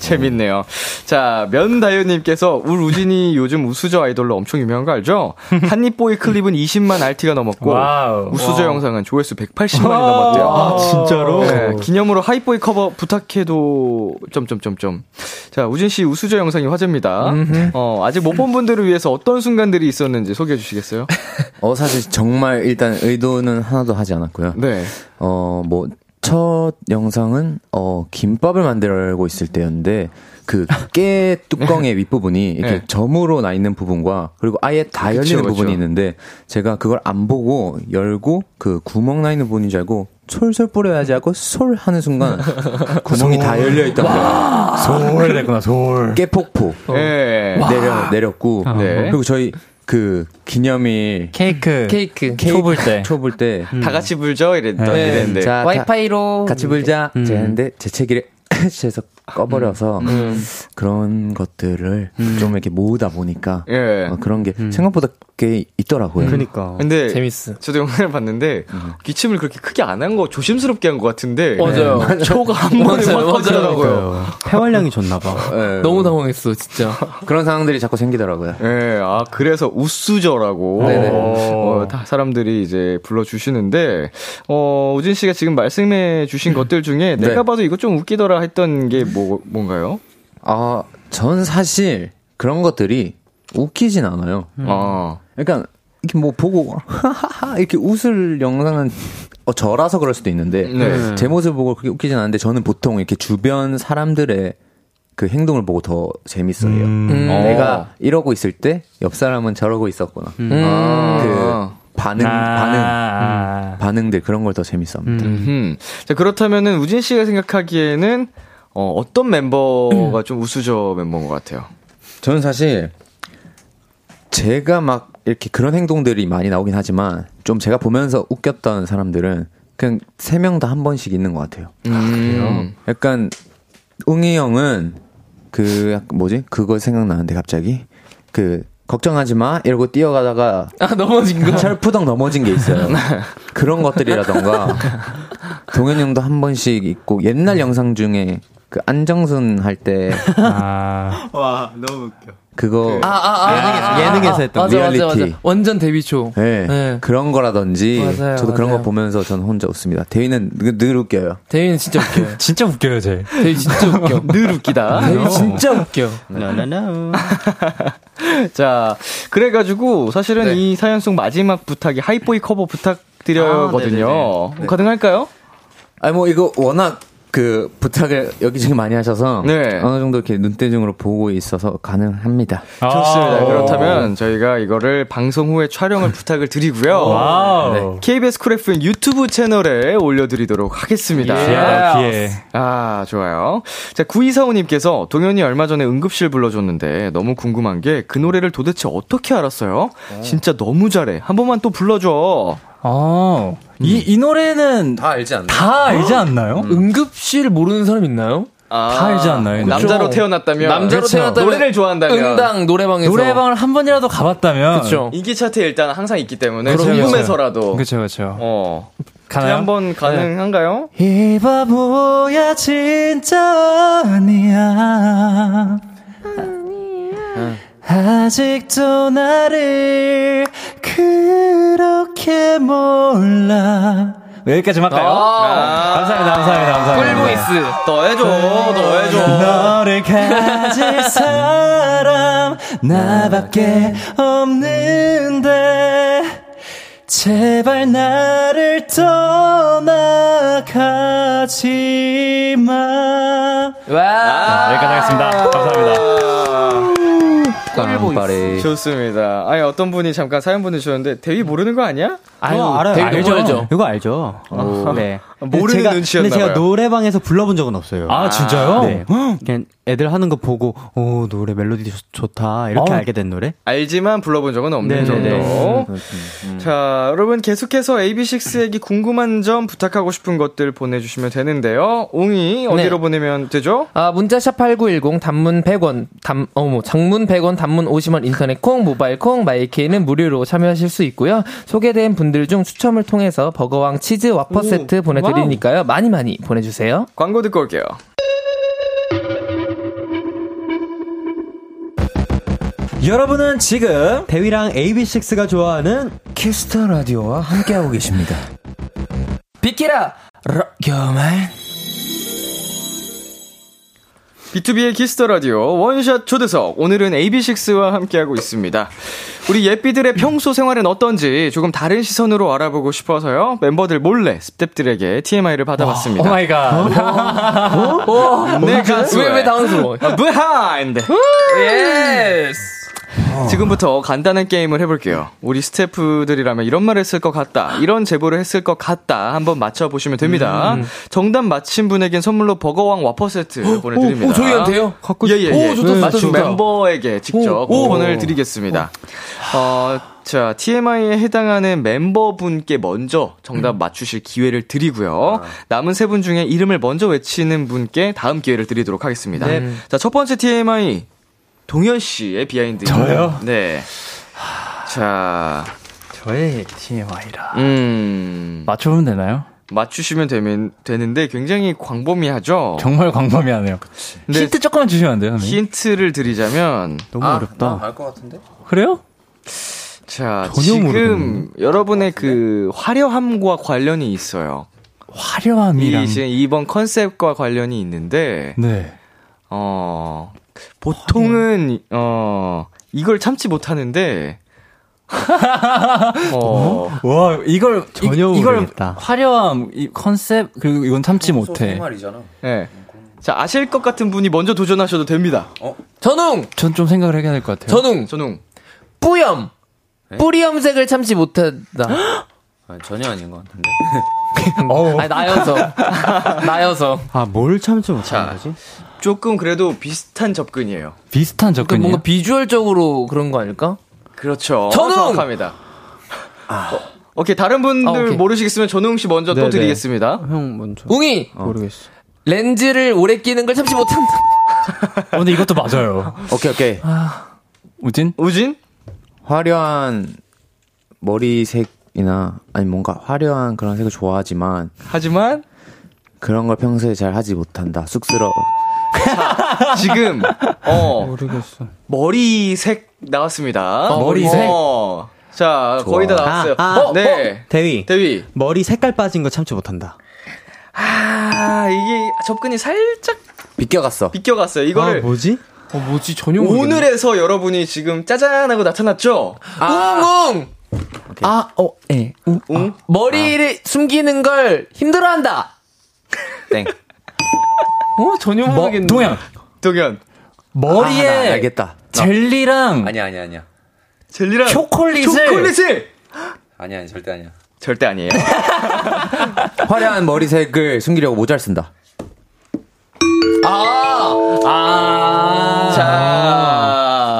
재밌네요. 자, 면다유님께서 울 우진이 요즘 우수저 아이돌로 엄청 유명한 거 [LAUGHS] 알죠? 한입보이 클립은 20만 RT가 넘었고 와우. 우수저 와우. 영상은 조회수 180만이 넘었대요. 아, 진짜로? 네, 기념으로 하이보이 커버 부탁해도 점점점점. 자, 우진 씨 우수저 영상이 화제입니다. 어, 아직 못 본 분들을 위해서 어떤 순간들이 있었는지 소개해 주시겠어요? 어, 사실 정말 일단 의도는 하나도 하지 않았고요. 네. 어, 뭐, 첫 영상은, 어, 김밥을 만들고 있을 때였는데, 그, 깨 뚜껑의 윗부분이 이렇게 네. 점으로 나 있는 부분과, 그리고 아예 다 그쵸, 열리는 그쵸. 부분이 있는데, 제가 그걸 안 보고 열고, 그 구멍 나 있는 부분인 줄 알고, 솔솔 뿌려야지 하고, 솔 하는 순간, 구멍이 다 열려있던 거예요. 솔 됐구나, 솔. 깨폭포. 어. 예. 내려, 내렸고, 네. 그리고 저희, 그 기념일 네. 케이크 케이크 초불 때. 초불 때 네. 다 같이 불죠 이랬던 네. 이랬는데 자, 다- 와이파이로 같이 불자 제는데 제 책을 [LAUGHS] 해서 꺼버려서 그런 것들을 좀 이렇게 모으다 보니까 예. 어, 그런 게 생각보다 꽤 있더라고요. 어, 그러니까. 근데 저도 영화를 봤는데 기침을 그렇게 크게 안 한 거 조심스럽게 한 것 같은데 맞아요. [LAUGHS] 네. 초가 한 번에 맞아요, 막 맞아요. 터지더라고요. 폐활량이 좋나 봐. 너무 당황했어 진짜. 예. 그런 상황들이 자꾸 생기더라고요. 예, 아 그래서 우수저라고 네네. 어, 다 사람들이 이제 불러 주시는데 어 우진 씨가 지금 말씀해 주신 것들 중에 네. 내가 봐도 이거 좀 웃기더라 했던 게 뭐, 뭔가요? 아, 전 사실 그런 것들이 웃기진 않아요. 음. 아. 그러니까 이렇게 뭐 보고 하하하 이렇게 웃을 영상은 어, 저라서 그럴 수도 있는데 네. 제 모습을 보고 그렇게 웃기진 않은데 저는 보통 이렇게 주변 사람들의 그 행동을 보고 더 재밌어해요. 음. 어. 어. 내가 이러고 있을 때 옆 사람은 저러고 있었구나. 음. 아. 그 반응 반응 아. 음, 반응들 그런 걸 더 재밌어합니다. 음. 자 그렇다면은 우진 씨가 생각하기에는 어, 어떤 멤버가 음. 좀 우수저 멤버인 것 같아요? 저는 사실 제가 막 이렇게 그런 행동들이 많이 나오긴 하지만 좀 제가 보면서 웃겼던 사람들은 그냥 세 명 다 한 번씩 있는 것 같아요. 음. 약간 웅이 형은 그 약간 뭐지 그거 생각나는데 갑자기 그 걱정하지 마 이러고 뛰어가다가 아, 넘어진 거? 철푸덕 넘어진 게 있어요. 그런 것들이라던가 동현 형도 한 번씩 있고 옛날 영상 중에 그 안정순 할 때 와 너무 웃겨. 그거 아, 아, 아, 아, 아, 아, 맞아, 리얼리티 맞아, 맞아. 완전 데뷔 초. 네, 그런 거라든지 맞아요, 저도 그런 맞아요. 거 보면서 저는 혼자 웃습니다. 대위는 늘, 늘 웃겨요. 대위는 진짜 [LAUGHS] 웃겨요. 진짜 웃겨요, 제. 대위 진짜 웃겨. 늘 웃기다. 대위 진짜 웃겨. 나나나. 자, 그래가지고 네. 사실은 이 사연 속 마지막 부탁이 하이포이 커버 부탁드려거든요. 아, 네네네. 가능할까요? 아니 뭐 이거 워낙 그 부탁을 여기저기 많이 하셔서 네. 어느 정도 이렇게 눈대중으로 보고 있어서 가능합니다. 아, 좋습니다. 오. 아. 네. 그렇다면 저희가 이거를 방송 후에 촬영을 부탁을 드리고요. 와우. 네. KBS 쿨 FM 유튜브 채널에 올려드리도록 하겠습니다. 예. 예. 기회다, 기회. 아, 좋아요. 자, 9245님께서 동현이 얼마 전에 응급실 불러줬는데 너무 궁금한 게 그 노래를 도대체 어떻게 알았어요? 진짜 너무 잘해. 한 번만 또 불러줘. 어. 이, 이 노래는 다 알지 않나요? 다 알지 않나요? 음. 응급실 모르는 사람 있나요? 다 알지 않나요? 아, 남자로 태어났다면 남자로 그렇죠. 태어났다면 노래를 좋아한다면 응당 노래방에서 노래방을 한 번이라도 가봤다면. 인기 차트에 일단 항상 있기 때문에 그럼요. 궁금해서라도 그쵸, 그쵸. 어. 가나요? 네. 한번 가능한가요? 이 바보야 진짜 아니야 아직도 나를 그렇게 몰라 여기까지 할까요? 아. 감사합니다 감사합니다 감사합니다 꿀보이스 더 해줘 더 너를 가질 사람 나밖에 없는데 제발 나를 떠나가지 마. 와 여기까지 하겠습니다. 감사합니다. 네. 밤바래. 좋습니다. 아니 어떤 분이 잠깐 사연 보내주셨는데 대위 모르는 거 아니야? 아유, 데뷔 누군지 뭐, 알죠? 이거 알죠. 오. 네. 근데 모르는 제가- 눈치였나 근데 제가 봐요. 노래방에서 불러본 적은 없어요. 아, 진짜요? 네. 그냥 애들 하는 거 보고 오 노래 멜로디 좋, 좋다 이렇게 어. 알게 된 노래. 알지만 불러본 적은 없는 네네네. 정도. 음, 자, 여러분 계속해서 AB6IX에게 궁금한 점 부탁하고 싶은 것들 보내주시면 되는데요. 옹이 어디로 네. 보내면 되죠? 아, 문자샵 8910 단문 100원, 단, 어머, 장문 100원, 단문 50원, 인터넷 콩, 모바일 콩, 마이케이는 무료로 참여하실 수 있고요. 소개된 분들 중 추첨을 통해서 버거왕 치즈 와퍼 오, 세트 보내드리니까요. 많이 많이 보내주세요. 광고 듣고 올게요. 여러분은 지금 대위랑 AB6IX가 좋아하는 키스터 라디오와 함께하고 계십니다. 비키라! 럭여맨 B2B의 키스터 라디오 원샷 초대석 오늘은 AB6IX와 함께하고 있습니다. 우리 예삐들의 평소 생활은 어떤지 조금 다른 시선으로 알아보고 싶어서요. 멤버들 몰래 스탭들에게 TMI를 받아봤습니다. 오 oh 마이 어? 갓. 내 가수의 왜, 왜 당황스러워? behind. 예스. 지금부터 간단한 게임을 해볼게요. 우리 스태프들이라면 이런 말을 했을 것 같다. 이런 제보를 했을 것 같다. 한번 맞춰보시면 됩니다. 음. 정답 맞힌 분에겐 선물로 버거왕 와퍼 세트 보내드립니다. 오, 어, 저희한테요? 갖고 예, 예, 예. 오, 좋다, 좋다, 맞춘 좋다. 멤버에게 직접 오, 오. 쿠폰을 드리겠습니다. 어, 자, TMI에 해당하는 멤버분께 먼저 음. 정답 맞추실 기회를 드리고요. 아. 남은 세 분 중에 이름을 먼저 외치는 분께 다음 기회를 드리도록 하겠습니다. 네. 자, 첫 번째 TMI 동현 씨의 비하인드. 저요? 네. 자, 저의 TMI라. 음. 맞춰보면 되나요? 맞추시면 되면 되는데 굉장히 광범위하죠. 정말 광범위하네요. 근데 힌트 조금만 주시면 안 돼요? 선생님? 힌트를 드리자면 너무 아, 알것 같은데? 그래요? 자, 전혀 네. 지금 모르겠네요. 여러분의 그 화려함과 관련이 있어요. 화려함이랑. 이 지금 이번 컨셉과 관련이 있는데 네. 어 보통은 어 이걸 참지 못하는데 [LAUGHS] 어, 와 이걸 전혀 이, 이걸 모르겠다. 화려함 이 컨셉 그리고 이건 참지 어, 못해. 예. 자 아실 것 같은 분이 먼저 도전하셔도 됩니다. 전웅! 전 좀 생각을 해야 될 것 같아요. 전웅! 전웅. 뿌염! 뿌리염색을 참지 못한다. 전혀 네? 아닌 것 같은데. [LAUGHS] 아니, 나여서. 나여서. 아 뭘 참지 못하는 거지? 조금 그래도 비슷한 접근이에요. 비슷한 접근이 뭔가 비주얼적으로 그런 거 아닐까? 그렇죠. 전웅! 정확합니다. 어, 오케이 다른 분들 아, 오케이. 모르시겠으면 전웅 씨 먼저 또 네네. 드리겠습니다. 형 먼저. 웅이! 모르겠어. 렌즈를 오래 끼는 걸 참지 못한다. 어, 근데 이것도 맞아요. 오케이 오케이. 우진? 우진? 화려한 머리색이나 아니 뭔가 화려한 그런 색을 좋아하지만 하지만 그런 걸 평소에 잘 하지 못한다. 쑥스러워. [LAUGHS] 지금 어 머리색 나왔습니다. 어, 머리색? 어. 자 좋아. 거의 다 나왔어요. 아, 아, 어, 네. 대위. 대위. 머리 색깔 빠진 거 참지 못한다. 아 이게 접근이 살짝 비껴갔어. 비껴갔어요. 이거를 아, 뭐지? 어 뭐지 전혀 오늘에서 여러분이 지금 짜잔 하고 나타났죠. 웅웅. 아, 어, 예. 웅. 아, 머리를 숨기는 걸 힘들어한다. 땡. 어 전혀 모르겠네. 뭐, 동양. 동현. 머리에 아, 나 알겠다. 젤리랑 아니야 아니야 아니야. 젤리랑 초콜릿을 초콜릿을 아니야 아니야 절대 아니야. 절대 아니에요. 화려한 머리색을 숨기려고 모자를 쓴다. 자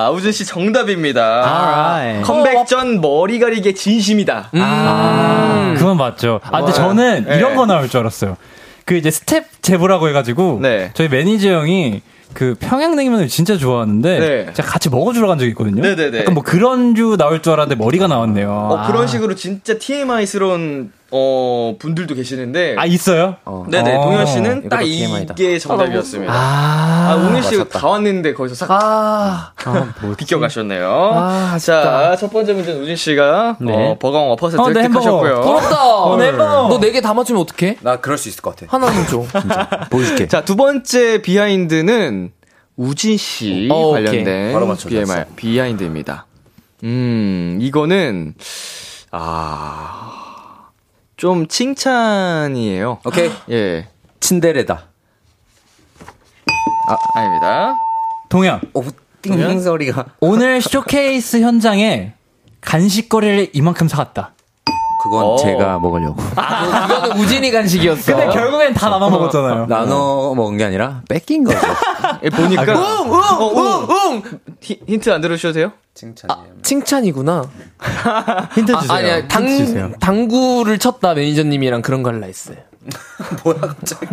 아, 우진 씨 정답입니다. 아. Alright. 음. 컴백 전 머리 가리게 진심이다. 음. 아, 그건 맞죠. 아, 근데 와. 저는 예. 네. 이런 거 나올 줄 알았어요. 그 이제 스텝 제보라고 해가지고 저희 매니저 형이 그 평양냉면을 진짜 좋아하는데 제가 같이 먹어주러 간 적이 있거든요. 네네네. 약간 뭐 그런 류 나올 줄 알았는데 머리가 나왔네요. 어, 그런 식으로 진짜 TMI스러운 어, 분들도 계시는데 아 있어요? 네네 어. 동현 씨는 이것도 딱 TMI 다. 이게 정답이었습니다. 아, 아, 웅현 씨가 맞췄다. 다 왔는데 거기서 싹 비껴가셨네요. 아, 자, 첫 번째 문제는 우진 씨가 네. 어, 버거왕 와퍼 세트 어, 내 햄버거. 획득하셨고요. 부럽다. 어, 내 햄버거. 너네 개 다 맞추면 어떡해? 나 그럴 수 있을 것 같아. 하나는 줘. 보여줄게. 예. 자, 두 번째 비하인드는 우진 씨 어, 오케이. 관련된 바로 맞춰, BMI, 됐어. 비하인드입니다. 음, 이거는 아. 좀 칭찬이에요. 오케이. 예. 친데레다. 아, 아닙니다. 동양. 어, 띵띵 소리가. 오늘 쇼케이스 현장에 간식거리를 이만큼 사갔다. 그건 제가 [LAUGHS] 먹으려고. 아, 그거는 우진이 간식이었어. 근데 결국엔 다 나눠 먹었잖아요. 나눠 먹은 게 아니라 뺏긴 [LAUGHS] 거죠. 예, 보니까 어, 웅, 웅, 웅, 웅! 히- 힌트 안 들으셔도 돼요? 칭찬이에요. 칭찬이구나. 힌트 아, 아니야. 당, 당구를 쳤다, 매니저님이랑 그런 거 할라 했어요. 뭐야 갑자기.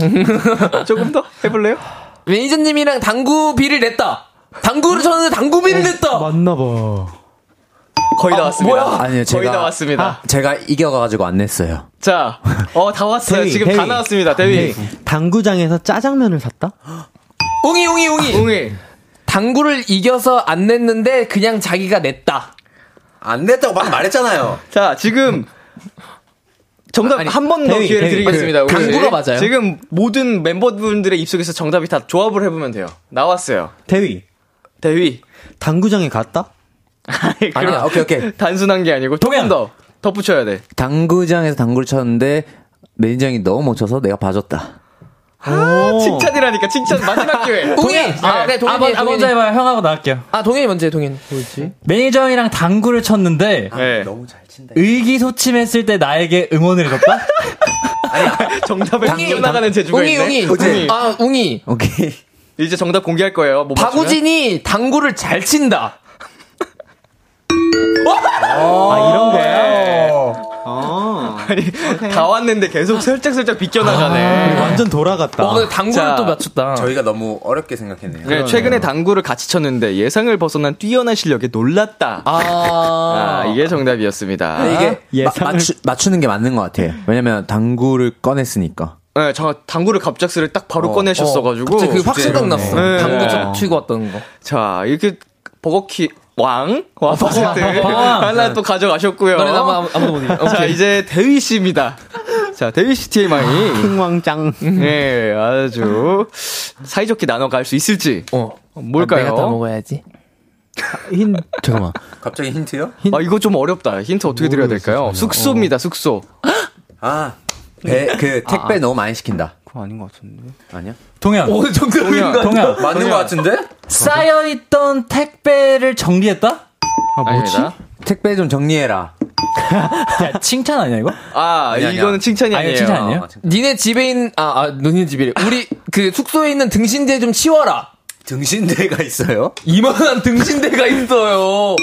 조금 더 해볼래요? 매니저님이랑 당구비를 냈다. 당구를 쳤는데 당구비를 냈다. 맞나봐. 거의 다 아, 왔습니다. 뭐야? 아니요, 제가 거의 다 왔습니다. 제가 이겨가지고 안 냈어요. 자, 어, 다 왔어요. 대위, 지금 다 대위. 나왔습니다. 대위. 당구장에서 짜장면을 샀다? 웅이, 웅이, 웅이. 웅이. 당구를 이겨서 안 냈는데 그냥 자기가 냈다. 안 냈다고 막 말했잖아요. 자, 지금 정답 한 번 더 대위, 기회를 대위. 드리겠습니다. 우리. 강구가 맞아요? 지금 모든 멤버분들의 입속에서 정답이 다 조합을 해보면 돼요. 나왔어요. 대위. 대위. 당구장에 갔다? 아니야, 오케이, 오케이. 단순한 게 아니고 조금 더 덧붙여야 돼. 당구장에서 당구를 쳤는데 매니저 형이 너무 못 쳐서 내가 봐줬다. 아, 칭찬이라니까 칭찬 마지막 기회. 웅이! 아, 네, 아, 먼- 동현이. 아, 먼저 해봐요. 형하고 나갈게요. 아, 동현이 먼저 해, 동현이. 뭐지? 매니저 형이랑 당구를 쳤는데 네. 너무 잘 친다. 의기소침했을 때 나에게 응원을 줬다? 정답에 뛰어나가는 재주가 웅이, 있네. 웅이. 웅이. 아, 웅이. 오케이. 이제 정답 공개할 거예요. 못 맞추면. 박우진이 당구를 잘 친다. 아니, 다 왔는데 계속 슬쩍슬쩍 비껴나가네. 완전 돌아갔다. 어, 근데 당구를 자, 또 맞췄다. 저희가 너무 어렵게 생각했네요. 네, 최근에 당구를 같이 쳤는데 예상을 벗어난 뛰어난 실력에 놀랐다. 아, 아, 이게 정답이었습니다. 근데 아, 이게 예상을- 마, 맞추, 맞추는 게 맞는 것 같아요. 왜냐면 당구를 꺼냈으니까. 네, 저 당구를 갑작스레 딱 바로 어, 꺼내셨어가지고. 갑자기 그확 생각났어. 네. 어? 당구 좀 튀고 왔던 거. 자, 이렇게 버거키 왕? 와, 버거키 하나 또 가져가셨고요. 너네 나무 아무- 아무도 [LAUGHS] 못 이겨. 자, 이제 대위 씨입니다. 자, 대위 씨 TMI. 흥왕짱. 네, 아주 사이좋게 나눠갈 수 있을지. 어. 뭘까요? 내가 다 먹어야지. 힌, 잠깐만. 갑자기 힌트요? 아, 이거 좀 어렵다. 힌트 어떻게 드려야 될까요? 숙소입니다, 숙소. 아, 배, 그 택배 너무 많이 시킨다. 그거 아닌 것 같은데. 아니야? 동현. 어, 동현. 동현. 맞는 것 같은데? 쌓여있던 택배를 정리했다? 아, 뭐지? 아닙니다. 택배 좀 정리해라. 야, 칭찬 아니야, 이거? 아, 아니야, 아니야. 이거는 칭찬이 아니야, 아니에요. 칭찬 아니에요? 아, 참. 니네 집에 있는 아, 아 너네 집이래. 우리 그 숙소에 있는 등신대 좀 치워라. 등신대가 있어요? 이만한 등신대가 있어요.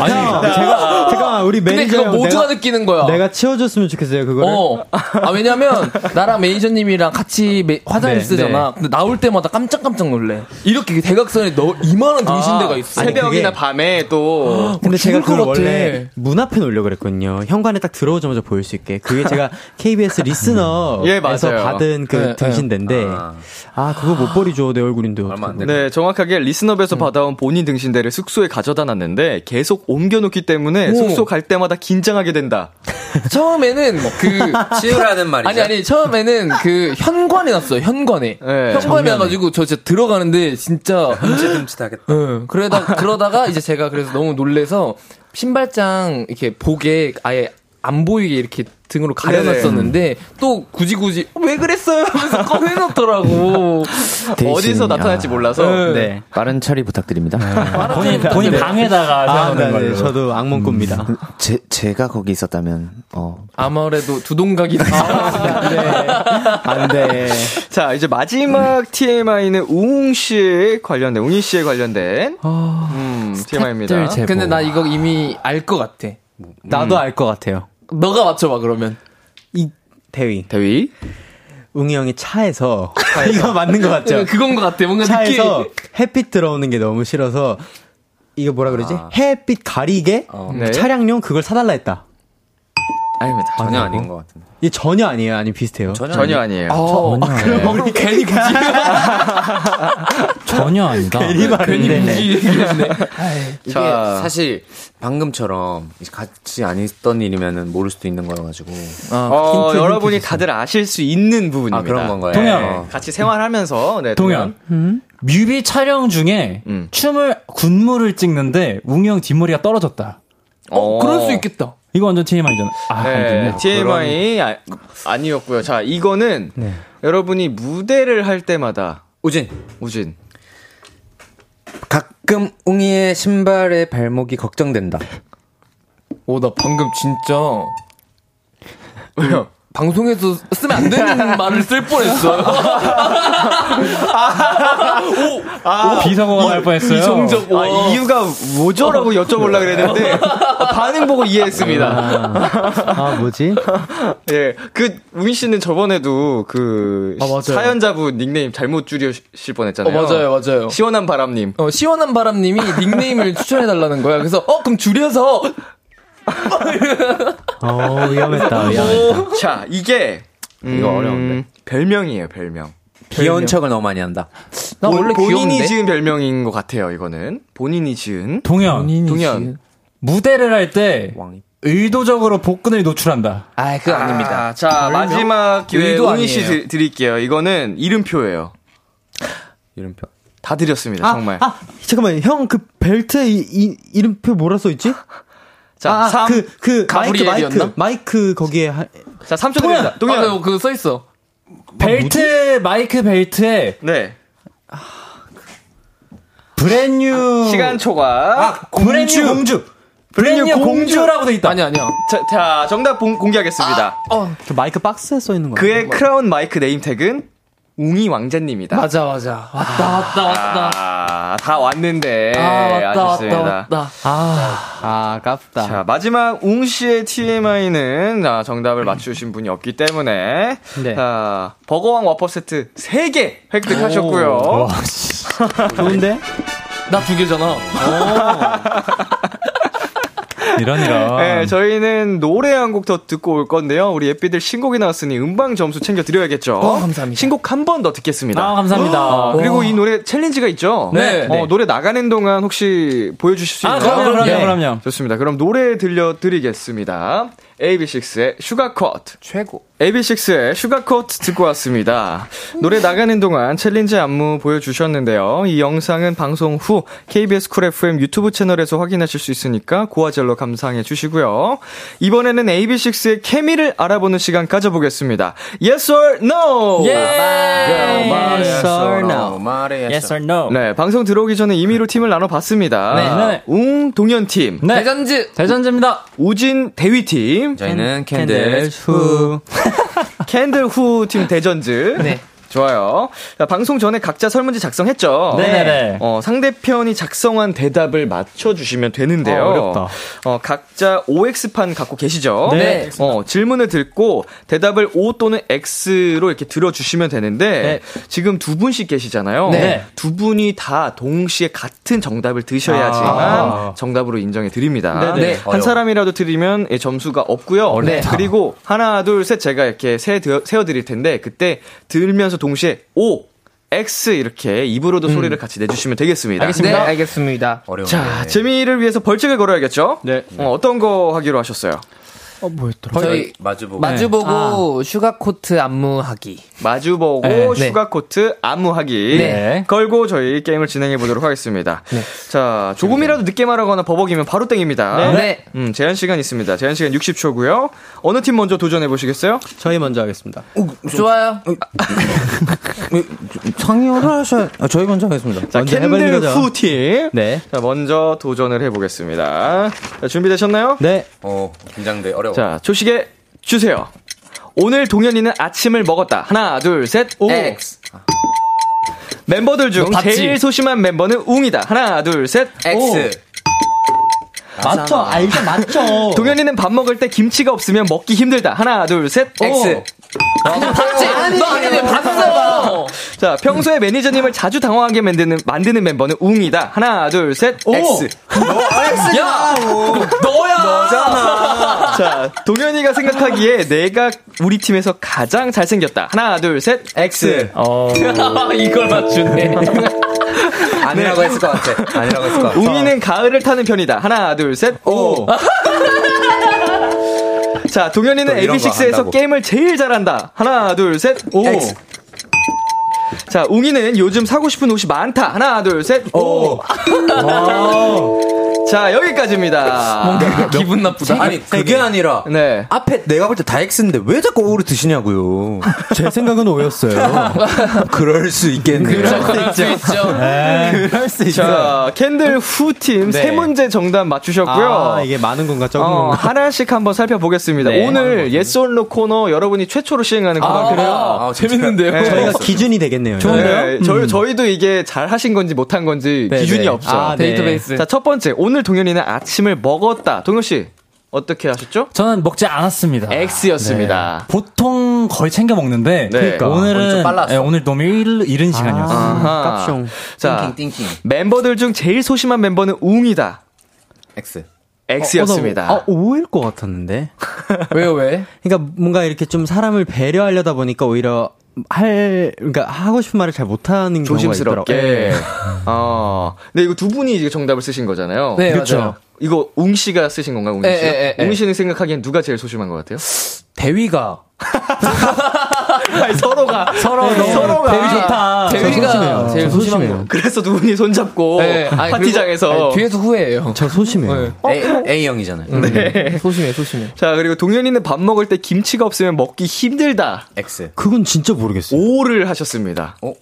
아니, 제가, 잠깐만, 우리 근데 매니저. 그거 형 모두가 내가, 느끼는 거야. 내가 치워줬으면 좋겠어요, 그거를. 어. 아 왜냐면 나랑 매니저님이랑 같이 매- 화장실 네, 쓰잖아. 근데 나올 때마다 깜짝깜짝 놀래. 이렇게 대각선에 너 이만한 아, 등신대가 있어. 새벽이나 밤에 또 근데 제가 죽을 것 그걸 같아. 원래 문 앞에 놓으려고 그랬거든요. 현관에 딱 들어오자마자 보일 수 있게. 그게 제가 KBS 리스너에서 예, 맞아요. 받은 그 네, 등신대인데. 아. 아, 그거 못 버리죠. 내 얼굴인데. 얼마 안 돼. 네, 정확하게 리스너에서 받아온 본인 등신대를 숙소에 가져다 놨는데 계속 옮겨놓기 때문에 숙소 갈 때마다 긴장하게 된다. 처음에는 [LAUGHS] 그 치우라는 말이죠. 아니 아니 처음에는 그 현관에 났어요. 현관에. 네. 현관에 나가지고 저 진짜 들어가는데 진짜 흠칫흠칫하겠다. 예, 그러다 그러다가 이제 제가 그래서 너무 놀래서 신발장 이렇게 복에 아예 안 보이게 이렇게 등으로 가려놨었는데 또 굳이 굳이 어, 왜 그랬어요 하면서 꺼내놓더라고. 어디서 나타날지 몰라서. 네. 빠른 처리 부탁드립니다. 본인, 본인 방에다가 아, 세워놓는 네, 네. 걸로. 저도 악몽 꿉니다. 제, 제가 거기 있었다면, 어. 아무래도 두동각이 안 돼. 자, 이제 마지막 TMI는 우웅 씨에 관련된, 웅이 씨에 관련된, 음, TMI입니다. 스탭들 근데 나 이거 이미 알 것 같아. 나도 알 것 같아요. 너가 맞춰봐 그러면. 이, 대위. 대위. 웅이 형이 차에서. [LAUGHS] 이거 맞는 것 같죠? 그건 것 같아. 뭔가 느낌. 차에서 햇빛 들어오는 게 너무 싫어서 이거 뭐라 그러지? 햇빛 가리개 네. 차량용 그걸 사달라 했다. 아닙니다. 전혀 아닌 것 같은데. 이게 전혀 아니에요, 아니 비슷해요. 전혀 아니에요. 어, 그럼 우리 괜히 굳이 전혀 아니다. 괜히 굳이 얘기했네. 이게 자. 사실, 방금처럼 같이 안 있던 일이면은 모를 수도 있는 거여가지고. 어, 여러분이 다들 아실 수 있는 부분입니다. 아, 그런 건가요? 동현. 어. 같이 생활하면서, 네. 동현. 뮤비 촬영 중에 음. 춤을, 군무를 찍는데 웅이 형 뒷머리가 떨어졌다. 어, 그럴 수 있겠다. 이거 완전 TMI잖아. 아, 네, 아니군요. TMI 아, 아니었고요. 자, 이거는 여러분이 무대를 할 때마다 우진 우진 가끔 웅이의 신발의 발목이 걱정된다. 오, 나 방금 진짜. 왜요? [LAUGHS] 방송에서 쓰면 안 되는 말을 쓸 뻔했어요. 오, 아, 비성공을 할 뻔했어요. 이성적, 아, 이유가 뭐죠라고 여쭤보려 그랬는데 어, 반응 보고 이해했습니다. 아 뭐지? [LAUGHS] 예, 그 우민 씨는 저번에도 그 아, 맞아요. 사연자분 닉네임 잘못 줄이실 뻔했잖아요. 어, 맞아요, 맞아요. 시원한 바람님. 어, 시원한 바람님이 닉네임을 [LAUGHS] 추천해달라는 거야. 그래서, 어, 그럼 줄여서. 어 위험했다. 위험했다. 자, 이게 음, 이거 어려운데. 별명이에요, 별명. 귀여운 척을 너무 많이 한다. 아, 나 본- 원래 본인이 귀여운데? 지은 별명인 것 같아요, 이거는. 본인이 지은. 동현. 동현. 무대를 할 때 의도적으로 복근을 노출한다. 아, 그거 아닙니다. 자, 마지막 기회 의도 우민 씨 아니에요. 드- 드릴게요. 이거는 이름표예요. 이름표. 다 드렸습니다, 아, 정말. 아 잠깐만 형 그 벨트 이, 이 이름표 뭐라 써 있지? 자, 삼. 그, 그 마이크 마이크 가브리엘이었나? 마이크 거기에 하... 자, 3초 드립니다. 동현. 아, 그거 써있어. 벨트 마이크 벨트에 네. 브랜뉴 아, 네. 아, 시간 초과. 아, 브랜뉴 공주 브랜뉴 브랜뉴 공주. 공주라고 돼 있다. 아니, 아니야. 자, 자, 정답 공, 공개하겠습니다. 그 마이크 박스에 써 있는 거. 그의 크라운 마이크 네임택은 웅이 왕자님이다. 맞아, 맞아. 왔다, 왔다, 왔다. 아, 다 왔는데. 아, 왔다, 아쉽습니다. 왔다, 왔다. 아 아깝다. 자, 마지막 웅 씨의 TMI는 아, 정답을 맞추신 분이 없기 때문에 네. 자, 버거왕 와퍼 세트 3개 획득하셨고요. 좋은데? 나 두 개잖아. 이런 이런. [LAUGHS] 네, 저희는 노래 한 곡 더 듣고 올 건데요. 우리 예삐들 신곡이 나왔으니 음방 점수 챙겨 드려야겠죠. 감사합니다. 신곡 한 번 더 듣겠습니다. 어, 아 감사합니다. 아, 그리고 이 노래 챌린지가 있죠? 네. 어, 노래 나가는 동안 혹시 보여주실 수 아 있나요? 그럼요 그럼요 네. 그럼요. 좋습니다. 그럼 노래 들려드리겠습니다. AB6IX의 슈가컷. 최고. AB6IX의 슈가컷 듣고 왔습니다. 노래 나가는 동안 챌린지 안무 보여주셨는데요. 이 영상은 방송 후 KBS 쿨 FM 유튜브 채널에서 확인하실 수 있으니까 고화질로 감상해 주시고요. 이번에는 AB6IX의 케미를 알아보는 시간 가져보겠습니다. Yes or No! 예! 예! Yes or no. Yes or no. 네, 방송 들어오기 전에 임의로 팀을 나눠봤습니다. 네. 웅 동현 팀, 네. 대전지. 대전제입니다. 우진 대위 팀, 저희는 캔들 후. 캔들 후 팀 대전즈. 네. 좋아요. 자, 방송 전에 각자 설문지 작성했죠? 네네네. 어, 상대편이 작성한 대답을 맞춰주시면 되는데요. 아, 어렵다. 어, 각자 OX판 갖고 계시죠? 네. 어, 질문을 듣고 대답을 O 또는 X로 이렇게 들어주시면 되는데, 지금 두 분씩 계시잖아요. 네. 두 분이 다 동시에 같은 정답을 드셔야지만 아. 정답으로 인정해 드립니다. 네네. 어, 한 사람이라도 드리면 예, 점수가 없고요. 네. 그리고 하나 둘 셋 제가 이렇게 세 세어 드릴 텐데 그때 들면서 동시에 O X 이렇게 입으로도 소리를 같이 내주시면 되겠습니다. 네. 네, 알겠습니다. 어려운. 자 재미를 위해서 벌칙을 걸어야겠죠? 네. 어, 떤거 하기로 하셨어요? 저희 마주보고 마주보고 슈가코트 안무하기. 마주보고 네. 슈가 코트 안무하기 네. 걸고 저희 게임을 진행해 보도록 하겠습니다. 자 조금이라도 늦게 말하거나 버벅이면 바로 땡입니다. 네. 음, 제한 시간 있습니다. 제한 시간 60초고요. 어느 팀 먼저 도전해 보시겠어요? 저희 먼저 하겠습니다. 좋아요. 창의를 하셔야. 아, 저희 먼저 하겠습니다. 자, 먼저 캔들 해봐야 되죠. 후팀. 네. 자, 먼저 도전을 해보겠습니다. 자, 준비되셨나요? 네. 어 긴장돼 어려워. 자, 조식에 주세요. 오늘 동현이는 아침을 먹었다. 하나, 둘, 셋, 오. X. 멤버들 중 봤지? 제일 소심한 멤버는 웅이다. 하나, 둘, 셋, X. 맞죠? 알죠? 맞죠? 오. 동현이는 밥 먹을 때 김치가 없으면 먹기 힘들다. 하나, 둘, 셋, 봤지? X. 너 아니네, 봤어. 자, 평소에 매니저님을 자주 당황하게 만드는, 만드는 멤버는 웅이다. 하나, 둘, 셋, X. 야! 너야! [LAUGHS] 자, 동현이가 생각하기에 내가 우리 팀에서 가장 잘생겼다. 하나, 둘, 셋, X. 네. 어. [LAUGHS] 이걸 맞추네. [LAUGHS] 아니라고 했을 것 같아. 아니라고 했을 것 같아. 웅이는 가을을 타는 편이다. 하나, 둘, 셋, 오. [LAUGHS] 자, 동현이는 또 이런 거 AB6IX에서 한다고. 게임을 제일 잘한다. 하나, 둘, 셋, 오. X. 자, 웅이는 요즘 사고 싶은 옷이 많다. 하나, 둘, 셋, 오. [LAUGHS] 자, 여기까지입니다. 뭔가 기분 네. 나쁘다. 아니 그게 아니라 네. 앞에 내가 볼 때 다엑스인데 왜 자꾸 오를 드시냐고요. [LAUGHS] 제 생각은 오였어요. [LAUGHS] 그럴 수 있겠네요. 그럴 수 있죠. 네. 그럴 수 있죠. 자, 캔들 후팀 네. 세 문제 정답 맞추셨고요. 아, 이게 많은 건가 적은 어, 건가? 하나씩 한번 살펴보겠습니다. 네. 오늘 예스 올노 코너 여러분이 최초로 시행하는 코너 그래요? 네. 저희가 기준이 되겠네요. 음. 네, 저희, 저희도 이게 잘 하신 건지 못 한 건지 네, 기준이 네. 없어요. 아, 네. 데이터베이스. 자, 첫 번째. 오늘 동현이는 아침을 먹었다. 동현씨, 어떻게 하셨죠? 저는 먹지 아, 않았습니다. X였습니다. 보통 거의 챙겨 먹는데 네. 그러니까. 오늘 오늘은 좀 빨랐어. 예, 오늘 너무 일, 이른 시간이었어요. 네. 아하. 자, 멤버들 중 제일 소심한 멤버는 웅이다. X. X였습니다. 어, 나 오- 아, 5일 것 같았는데. 왜요, 왜? 그러니까 뭔가 이렇게 좀 사람을 배려하려다 보니까 오히려 할, 그러니까 하고 싶은 말을 잘 못하는 경우가 있더라고요. 네. 조심스럽게. 예. 예. 어. 근데 이거 두 분이 이제 정답을 쓰신 거잖아요. 네, 그렇죠. 맞아요. 이거 웅 씨가 쓰신 건가요, 웅 씨? 예, 예, 예, 예. 웅 씨는 생각하기엔 누가 제일 소심한 것 같아요? [LAUGHS] 대위가. 아니, 서로가 [LAUGHS] 서로 네, 서로가 대위 좋다. 대위가 저 소심해요. 제일 저 소심한 소심해요. 거. 그래서 두 분이 손잡고 아니, 파티장에서. 그리고- 아니, 뒤에서 후회해요. 네. 저 어. 소심해요. A, A형이잖아요. 네. 소심해, 소심해. 자, 그리고 동현이는 밥 먹을 때 김치가 없으면 먹기 힘들다. X. 그건 진짜 모르겠어요. 오를 하셨습니다. 어?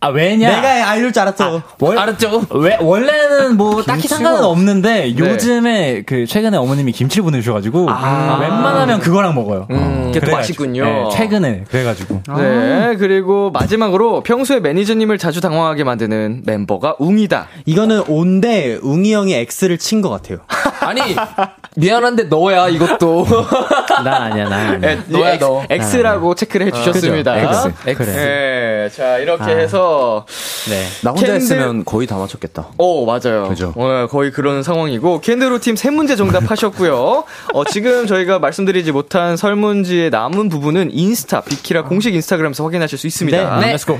아 왜냐? 내가 알줄 알았어. 아. 알았죠? 왜 원래는 뭐 딱히 김치가 상관은 없는데 네. 요즘에 그 최근에 어머님이 김치를 보내주셔가지고 웬만하면 그거랑 먹어요. 그게 더 그래가지고. 맛있군요. 예, 최근에 그래가지고. 네, 그리고 마지막으로 평소에 매니저님을 자주 당황하게 만드는 멤버가 웅이다. 이거는 온데 웅이 형이 X를 친 것 같아요. 아니 미안한데 너야 이것도. 난 아니야, 난 아니야. 이 네, X, X라고 체크를 해주셨습니다. 그죠? X. 예, 그래. 네. 자 이렇게 아. 해서 나 혼자 캔들- 했으면 거의 다 맞췄겠다. 오 맞아요. 그죠? 어, 거의 그런 상황이고 캔드로 팀 세 문제 [LAUGHS] 정답하셨고요. 어, 지금 저희가 말씀드리지 못한 설문지의 남은 부분은 인스타 비키라 공식 인스타그램에서 확인하실 수 있습니다. 네. 렛츠고.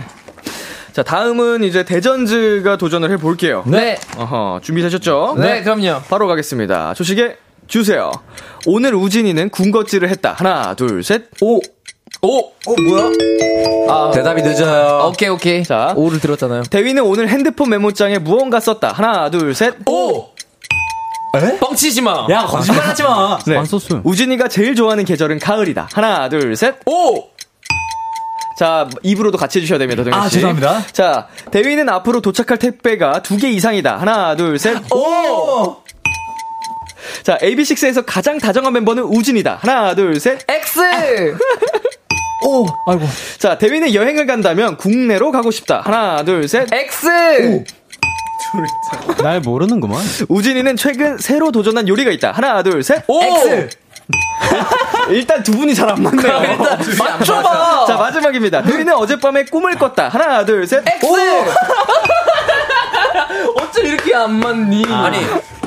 자 다음은 이제 대전즈가 도전을 해볼게요. 네. 어허, 준비되셨죠? 네, 그럼요. 바로 가겠습니다. 조식에 주세요. 오늘 우진이는 군것질을 했다. 하나, 둘, 셋. 오. 오. 어 뭐야? 아, 대답이 늦어요. 오케이 오케이. 자, 오를 들었잖아요. 대위는 오늘 핸드폰 메모장에 무언가 썼다. 하나, 둘, 셋. 오. 뻥치지 마. 야 거짓말하지 마. 네. 안 썼어요. 우진이가 제일 좋아하는 계절은 가을이다. 하나, 둘, 셋. 오. 자, 입으로도 같이 해주셔야 됩니다, 동현 씨. 아, 죄송합니다. 자, 대위는 앞으로 도착할 택배가 두 개 이상이다. 하나, 둘, 셋. 오! 자, AB6IX에서 가장 다정한 멤버는 우진이다. 하나, 둘, 셋. X. 오. 아이고. 자, 대위는 여행을 간다면 국내로 가고 싶다. 하나, 둘, 셋. X. [LAUGHS] 날 모르는구만. 우진이는 최근 새로 도전한 요리가 있다. 하나, 둘, 셋. 오! X. 일단 두 분이 잘 안 맞네요. 아, 맞춰봐. 자, 마지막입니다. 대위는 어젯밤에 꿈을 꿨다. 하나, 둘, 셋. X. [LAUGHS] 어쩜 이렇게 안 맞니? 아니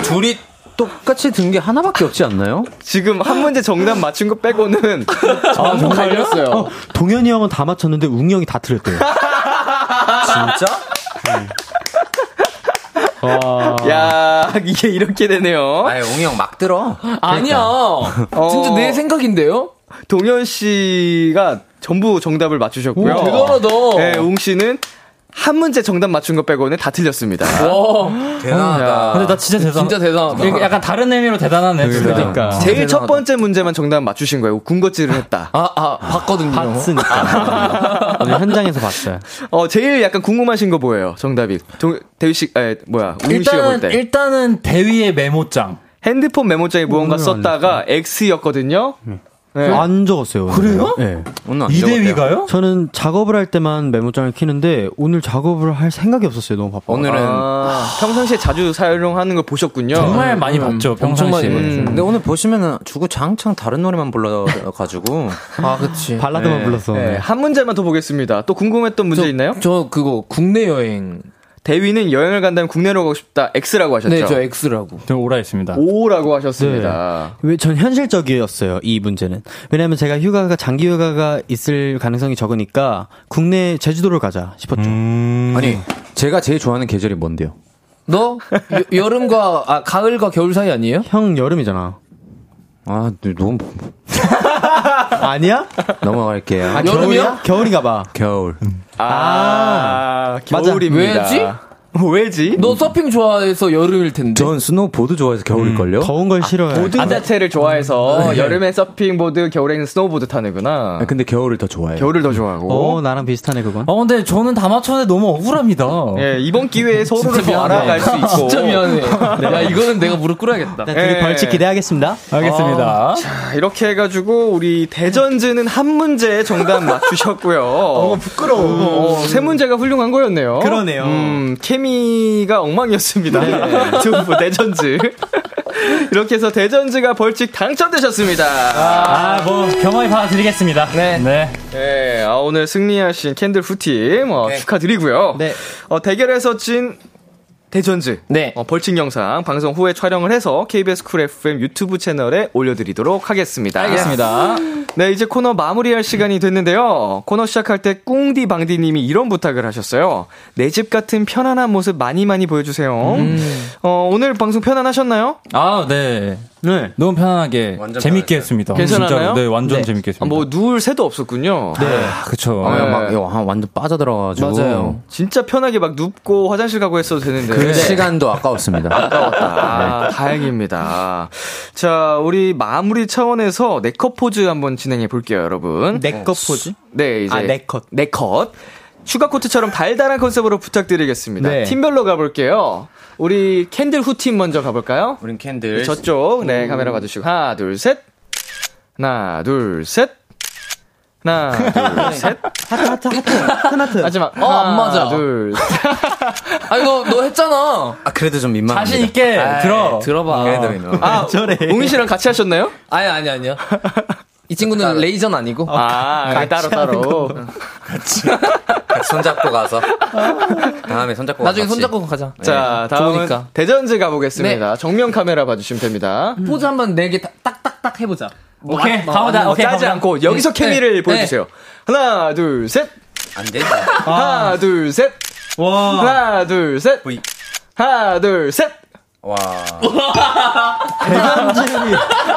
둘이 똑같이 든 게 하나밖에 없지 않나요? 지금 한 문제 정답 맞춘 거 빼고는 아, 전부 갈렸어요. 어, 동현이 형은 다 맞췄는데 웅이 형이 다 틀렸대요. 어? 진짜? 와. 아. 야, 이게 이렇게 되네요. 아니 웅이 형 막 들어. 아니야. 그러니까. 어. 진짜 내 생각인데요? 동현 씨가 전부 정답을 맞추셨고요. 오, 대단하다. 네, 웅 씨는 한 문제 정답 맞춘 거 빼고는 다 틀렸습니다. 와. 대단하다. 근데 나 진짜 대단. 진짜 대단하다. 이게 약간 다른 의미로 대단한 애들 그러니까. 제일 첫 번째 문제만 정답 맞추신 거예요. 군것질을 했다. 아, 아, 봤거든요. [LAUGHS] 봤으니까. 오늘 현장에서 봤어요. 어, 제일 약간 궁금하신 거 뭐예요? 정답이. 동, 대휘 씨, 에, 뭐야, 웅 씨가 볼 일단은 때. 일단은 대위의 메모장. 핸드폰 메모장에 무언가 오늘 썼다가 X였거든요. 네. 안 적었어요. 그래요? 네. 오늘 안 적었대요. 이대위가요? 저는 작업을 할 때만 메모장을 키는데 오늘 작업을 할 생각이 없었어요. 너무 바빠. 오늘은 아, 평상시에 자주 사용하는 걸 보셨군요. 정말 많이 봤죠. 평상시에. 근데 오늘 보시면은 주구장창 다른 노래만 불러가지고 아, 그치. 발라드만 불렀어. 네, 오늘. 한 문제만 더 보겠습니다. 또 궁금했던 문제 있나요? 저 그거 국내 여행. 대위는 여행을 간다면 국내로 가고 싶다. X라고 하셨죠? 네, 저 X라고. 저 오라했습니다. O라고 하셨습니다. 왜 전 현실적이었어요 이 문제는 왜냐면 제가 휴가가 장기 휴가가 있을 가능성이 적으니까 국내 제주도를 가자 싶었죠 아니 [LAUGHS] 음. 제가 제일 좋아하는 계절이 뭔데요? 너 여- 여름과 아 가을과 겨울 사이 아니에요? 형 여름이잖아 아 너무 아니야 [LAUGHS] 넘어갈게요. 음. 여름이요? 겨울인가 봐 겨울. 아, 겨울입니다. 왜지? 왜지? 너 서핑 좋아해서 여름일 텐데. 전 스노보드 좋아해서 겨울일걸요? 음. 더운 걸 싫어요. 모든 아, 자체를 좋아해서 예. 네. 여름엔 서핑보드, 겨울에는 스노우보드 타는구나. 아, 근데 겨울을 더 좋아해요. 겨울을 더 좋아하고. 어, 나랑 비슷하네, 그건. 어, 근데 저는 다 맞췄는데 너무 억울합니다. 예, 이번 기회에 서로를 더 알아갈 수 있고. 네. 진짜 미안해. 야, 이거는 내가 무릎 꿇어야겠다. 네, 둘이 벌칙 기대하겠습니다. 알겠습니다. 어, 자, 이렇게 해가지고 우리 대전즈는 한 문제 정답 맞추셨고요. [LAUGHS] 어, 부끄러워. 세 문제가 훌륭한 거였네요. 그러네요. 음, 케미가 엉망이었습니다. 두분 [LAUGHS] 대전즈. 이렇게 해서 대전즈가 벌칙 당첨되셨습니다. 아, 뭐, 겸허히 봐드리겠습니다. 네. 네. 네, 아, 오늘 승리하신 캔들 후팀 어, 축하드리고요. 어, 대결에서 진 대전즈 어, 벌칙 영상 방송 후에 촬영을 해서 KBS 쿨 FM 유튜브 채널에 올려드리도록 하겠습니다. 알겠습니다. 네, 이제 코너 마무리할 시간이 됐는데요. 코너 시작할 때 꿍디 방디님이 이런 부탁을 하셨어요. 내 집 같은 편안한 모습 많이 많이 보여주세요. 어, 오늘 방송 편안하셨나요? 아, 네. 네. 너무 편안하게 재밌게 했습니다. 괜찮았나요? 진짜로. 네, 완전 재밌게 했습니다. 아, 뭐 누울 새도 없었군요. 네. 아, 그쵸. 아, 어, 막, 야, 완전 빠져들어가지고. 맞아요. 진짜 편하게 막 눕고 화장실 가고 했어도 되는데. 그 시간도 아까웠습니다. 네. 아, 다행입니다. 자, 우리 마무리 차원에서 네컷 포즈 한번 진행해 볼게요, 여러분. 내것 포즈? 네, 이제 아, 네 컷. 네컷. 추가 코트처럼 달달한 컨셉으로 부탁드리겠습니다. 네. 팀별로 가볼게요. 우리 캔들 후팀 먼저 가볼까요? 우린 캔들. 음. 저쪽, 네, 카메라 봐주시고. 하나, 둘, 셋. 하나, 둘, 셋. 하나, [LAUGHS] 둘, 셋. 하트, 하트, 하트. 큰 하트. 마지막. 어, 안 맞아. 둘, [LAUGHS] 셋. 아, 이거 너 했잖아. [LAUGHS] 아, 그래도 좀 민망합니다. 아, 네. 자신있게 들어. 들어봐. 그래도 민망. 아, 저래. 웅이 씨랑 같이 하셨나요? 아니, 아니, 아니요. 이 친구는 레이저는 아니고. 어, 아, 따로, 따로. 같이 손잡고 가서. 다음에 손잡고 나중에 같이. 손잡고 가자. 뭐, 네. 자, 다음은 좋으니까. 대전즈 가보겠습니다. 정면 카메라 봐주시면 [LAUGHS] 됩니다. 포즈 한번 네 개 딱딱딱 해보자. 오케이, 가보자. 어, 오케이, 짜지 가보자. 않고 여기서 네, 케미를 네. 보여주세요. 하나, 둘, 셋. 안 된다. 하나, 둘, 셋. 하나, 둘, 셋. 브이. 하나, 둘, 셋. 와. 아,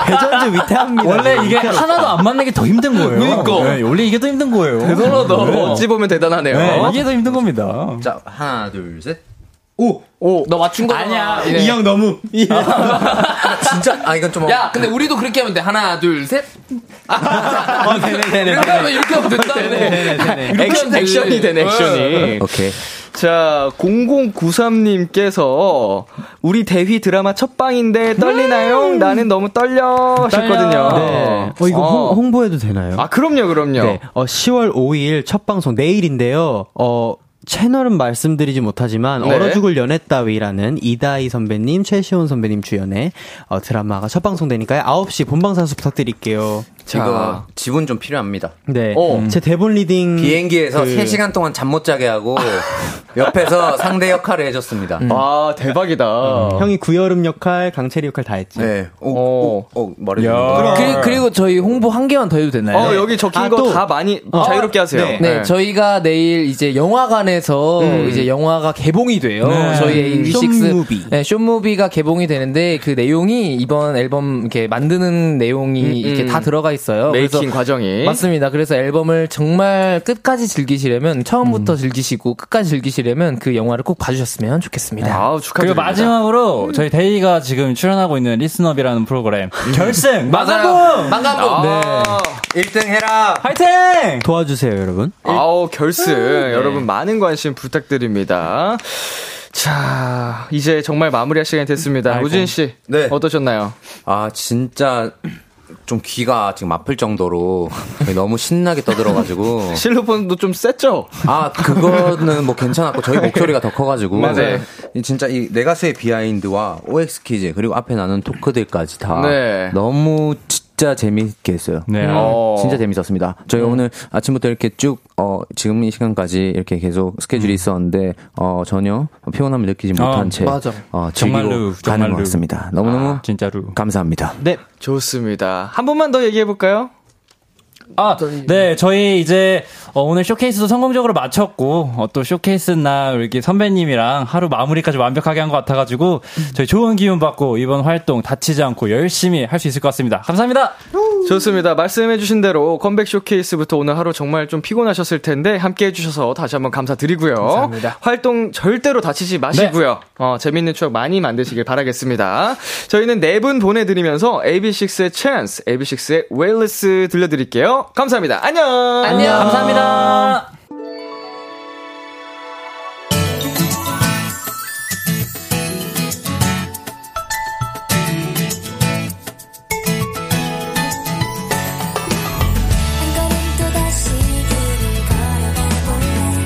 대전주 위태합니다. 원래 이게 하나도 안 맞는 게 더 힘든 거예요. 네, 그러니까. 네, 원래 이게 더 힘든 거예요. 서로도 뭐? 네. 어찌 보면 대단하네요. 네, 이게 더 힘든 겁니다. 자, 하나, 둘, 셋. 너 맞춘 네. 거 아니야. 이 형 너무. 이 [LAUGHS] 형. 진짜? 아, 이건 좀. 야, 근데 우리도 그렇게 하면 돼. 하나, 둘, 셋. 어, 되네, 되네. 이렇게 하면 이렇게 어. 하면 된다. 되네, 되네. 액션, 액션이 네. 된 액션이. 오케이. 자, 0093님께서 우리 대휘 드라마 첫 방인데 떨리나요? 나는 너무 음. 떨려 하셨거든요. 네. 어, 이거 홍, 홍보해도 되나요? 아, 그럼요, 그럼요. 네. 어, 10월 5일 첫 방송 내일인데요. 어, 채널은 말씀드리지 못하지만 네. 얼어 죽을 연애 따위라는 이다희 선배님, 최시원 선배님 주연의 어, 드라마가 첫 방송되니까요. 9시 본방사수 부탁드릴게요. 이거 지분 좀 필요합니다. 네. 어. 제 대본 리딩 비행기에서 그- 3시간 동안 잠 못 자게 [LAUGHS] 하고 옆에서 상대 역할을 해줬습니다. 아, 대박이다. 형이 구여름 역할, 강철이 역할 다 했지. 네. 오, 어. 오, 오, 머리. 그리고, 그리고 저희 홍보 한 개만 더 해도 되나요? 어, 여기 적힌 아, 거 또. 다 많이 자유롭게 하세요. 네. 네, 저희가 내일 이제 영화관에서 이제 영화가 개봉이 돼요. 저희 AB6 음. 네. 쇼무비. 네, 쇼무비가 개봉이 되는데 그 내용이 이번 앨범 이렇게 만드는 내용이 이렇게 다 들어가 있어요. 메이킹 그래서 과정이. 맞습니다. 그래서 앨범을 정말 끝까지 즐기시려면 처음부터 즐기시고 끝까지 즐기시려면 그 영화를 꼭 봐주셨으면 좋겠습니다. 아우, 축하드립니다. 음. 그리고 마지막으로 저희 데이가 지금 출연하고 있는 리스너비라는 프로그램 결승 마감봉 만감봉. 아, 1등 해라! 파이팅! 도와주세요, 여러분. 아우, 결승. 여러분, 많은 관심 부탁드립니다. 자, 이제 정말 마무리할 시간이 됐습니다. 우진 씨. 네. 어떠셨나요? 아, 진짜 좀 귀가 지금 아플 정도로 너무 신나게 떠들어가지고. [LAUGHS] 실로폰도 좀 셌죠? 아, 그거는 뭐 괜찮았고, 저희 목소리가 더 커가지고. 맞아요. 이 진짜 이 내가수의 비하인드와 OX 퀴즈, 그리고 앞에 나눈 토크들까지 다. 네. 너무 진짜 재밌게 했어요. 네. 어. 진짜 재밌었습니다. 저희 오늘 아침부터 이렇게 쭉, 어, 지금 이 시간까지 이렇게 계속 스케줄이 음. 있었는데, 어, 전혀 피곤함을 느끼지 못한 채, 맞아. 어, 즐기고 정말로, 아. 가는 정말로. 것 같습니다. 음. 너무너무 어, 진짜로. 감사합니다. 네. 좋습니다. 한 번만 더 얘기해 볼까요? 아, 네, 저희 이제 어, 오늘 쇼케이스도 성공적으로 마쳤고 어, 또 쇼케이스 날 이렇게 선배님이랑 하루 마무리까지 완벽하게 한 것 같아가지고 저희 좋은 기운 받고 이번 활동 다치지 않고 열심히 할 수 있을 것 같습니다. 감사합니다. 좋습니다. 말씀해주신 대로 컴백 쇼케이스부터 오늘 하루 정말 좀 피곤하셨을 텐데 함께 해주셔서 다시 한번 감사드리고요. 감사합니다. 네. 활동 절대로 다치지 마시고요. 어, 재밌는 추억 많이 만드시길 바라겠습니다. 저희는 네 분 보내드리면서 AB6IX의 Chance, AB6IX의 Wayless 들려드릴게요. 감사합니다. 안녕. 안녕. 감사합니다. 한 걸음 또다시 길을 걸어가 볼래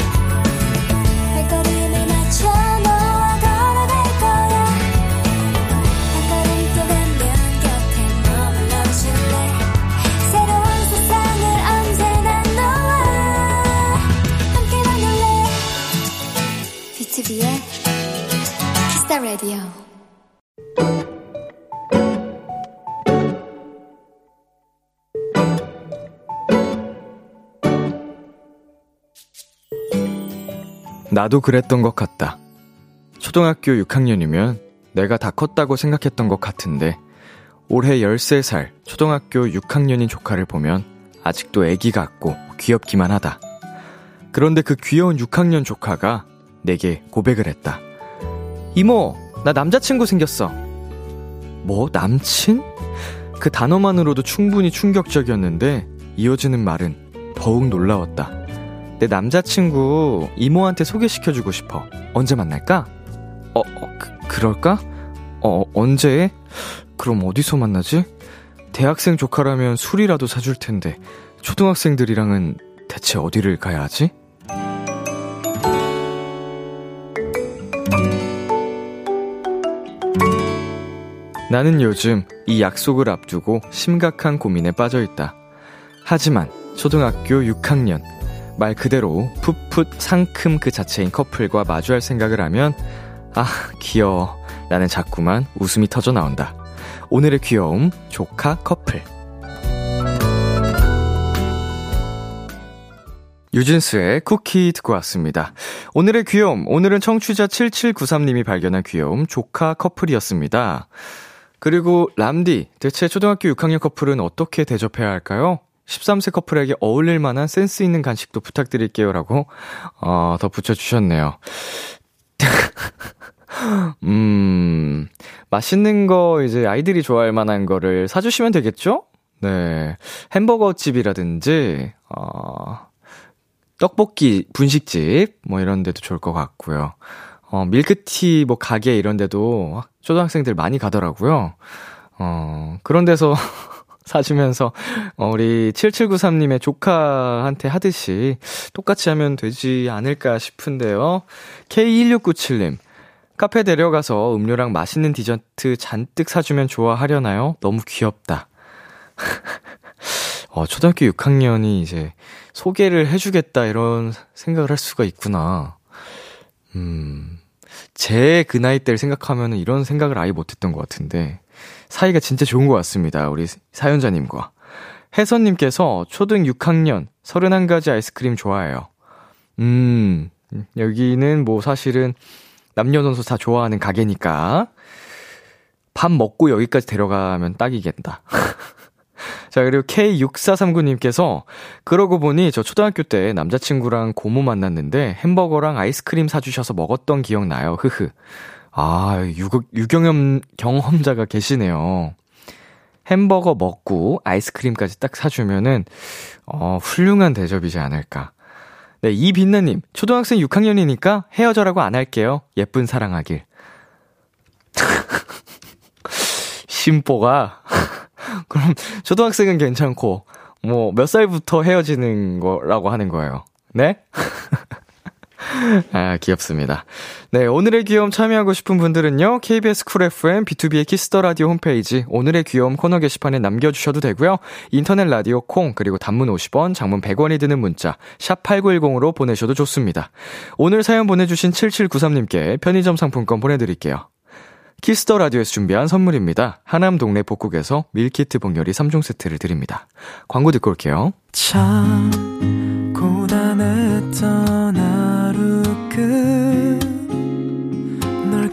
발걸음에 맞춰 너와 걸어갈 거야 한 걸음 또 가면 곁에 머물러 줄래 새로운 세상을 언제나 너와 함께 만들래 BTOB의 키스타 라디오 나도 그랬던 것 같다. 초등학교 6학년이면 내가 다 컸다고 생각했던 것 같은데 올해 13살 초등학교 6학년인 조카를 보면 아직도 애기 같고 귀엽기만 하다. 그런데 그 귀여운 6학년 조카가 내게 고백을 했다. 이모, 나 남자친구 생겼어. 뭐, 남친? 그 단어만으로도 충분히 충격적이었는데 이어지는 말은 더욱 놀라웠다. 내 남자친구 이모한테 소개시켜주고 싶어. 언제 만날까? 어, 어, 그, 럴까 어, 언제? 그럼 어디서 만나지? 대학생 조카라면 술이라도 사줄 텐데, 초등학생들이랑은 대체 어디를 가야 하지? 나는 요즘 이 약속을 앞두고 심각한 고민에 빠져 있다. 하지만 초등학교 6학년 말 그대로 풋풋 상큼 그 자체인 커플과 마주할 생각을 하면 아 귀여워 나는 자꾸만 웃음이 터져 나온다. 오늘의 귀여움 조카 커플 유진스의 쿠키 듣고 왔습니다. 오늘의 귀여움, 오늘은 청취자 7793님이 발견한 귀여움, 조카 커플이었습니다. 그리고 람디, 대체 초등학교 6학년 커플은 어떻게 대접해야 할까요? 13세 커플에게 어울릴 만한 센스 있는 간식도 부탁드릴게요. 라고, 어, 덧붙여 주셨네요. [LAUGHS] 음, 맛있는 거, 이제 아이들이 좋아할 만한 거를 사주시면 되겠죠? 네. 햄버거 집이라든지, 어, 떡볶이 분식집 뭐 이런 데도 좋을 것 같고요. 어, 밀크티 뭐 가게 이런 데도 초등학생들 많이 가더라고요. 어, 그런 데서 [LAUGHS] 사주면서 어, 우리 7793님의 조카한테 하듯이 똑같이 하면 되지 않을까 싶은데요. K1697님. 카페 데려가서 음료랑 맛있는 디저트 잔뜩 사주면 좋아하려나요? 너무 귀엽다. [LAUGHS] 어, 초등학교 6학년이 이제 소개를 해주겠다 이런 생각을 할 수가 있구나. 음, 제 그 나이 때를 생각하면 이런 생각을 아예 못했던 것 같은데 사이가 진짜 좋은 것 같습니다. 우리 사연자님과 혜선님께서 초등 6학년 31가지 아이스크림 좋아해요. 음, 여기는 뭐 사실은 남녀노소 다 좋아하는 가게니까 밥 먹고 여기까지 데려가면 딱이겠다. 자, 그리고 K6439님께서, 그러고 보니 저 초등학교 때 남자친구랑 고모 만났는데 햄버거랑 아이스크림 사주셔서 먹었던 기억나요. 흐흐. 아, 유, 유경험 경험자가 계시네요. 햄버거 먹고 아이스크림까지 딱 사주면은, 어, 훌륭한 대접이지 않을까. 네, 이빛나님, 초등학생 6학년이니까 헤어져라고 안 할게요. 예쁜 사랑하길. [LAUGHS] 심보가 [LAUGHS] 그럼 초등학생은 괜찮고 뭐 몇 살부터 헤어지는 거라고 하는 거예요. 네? [LAUGHS] 아, 귀엽습니다. 네, 오늘의 귀여움 참여하고 싶은 분들은요. KBS 쿨 FM B2B의 키스터 라디오 홈페이지 오늘의 귀여움 코너 게시판에 남겨 주셔도 되고요. 인터넷 라디오 콩 그리고 단문 50원, 장문 100원이 드는 문자 샵 8910으로 보내셔도 좋습니다. 오늘 사연 보내 주신 7793님께 편의점 상품권 보내 드릴게요. 키스터 라디오에서 준비한 선물입니다. 하남 동네 복국에서 밀키트 봉요리 3종 세트를 드립니다. 광고 듣고 올게요. 참 고단 같던 하루 끝널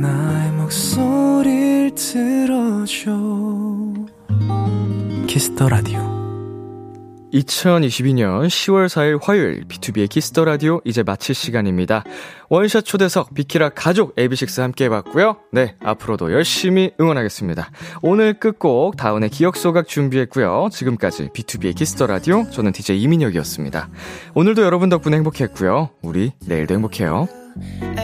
나의 목소리를 들어줘 키스터 라디오 2022년 10월 4일 화요일 B2B의 키스터 라디오 이제 마칠 시간입니다. 원샷 초대석 비키라 가족 AB6 함께 해봤고요. 네, 앞으로도 열심히 응원하겠습니다. 오늘 끝곡 다운의 기억 소각 준비했고요. 지금까지 B2B의 키스터 라디오 저는 DJ 이민혁이었습니다. 오늘도 여러분 덕분에 행복했고요. 우리 내일도 행복해요. Every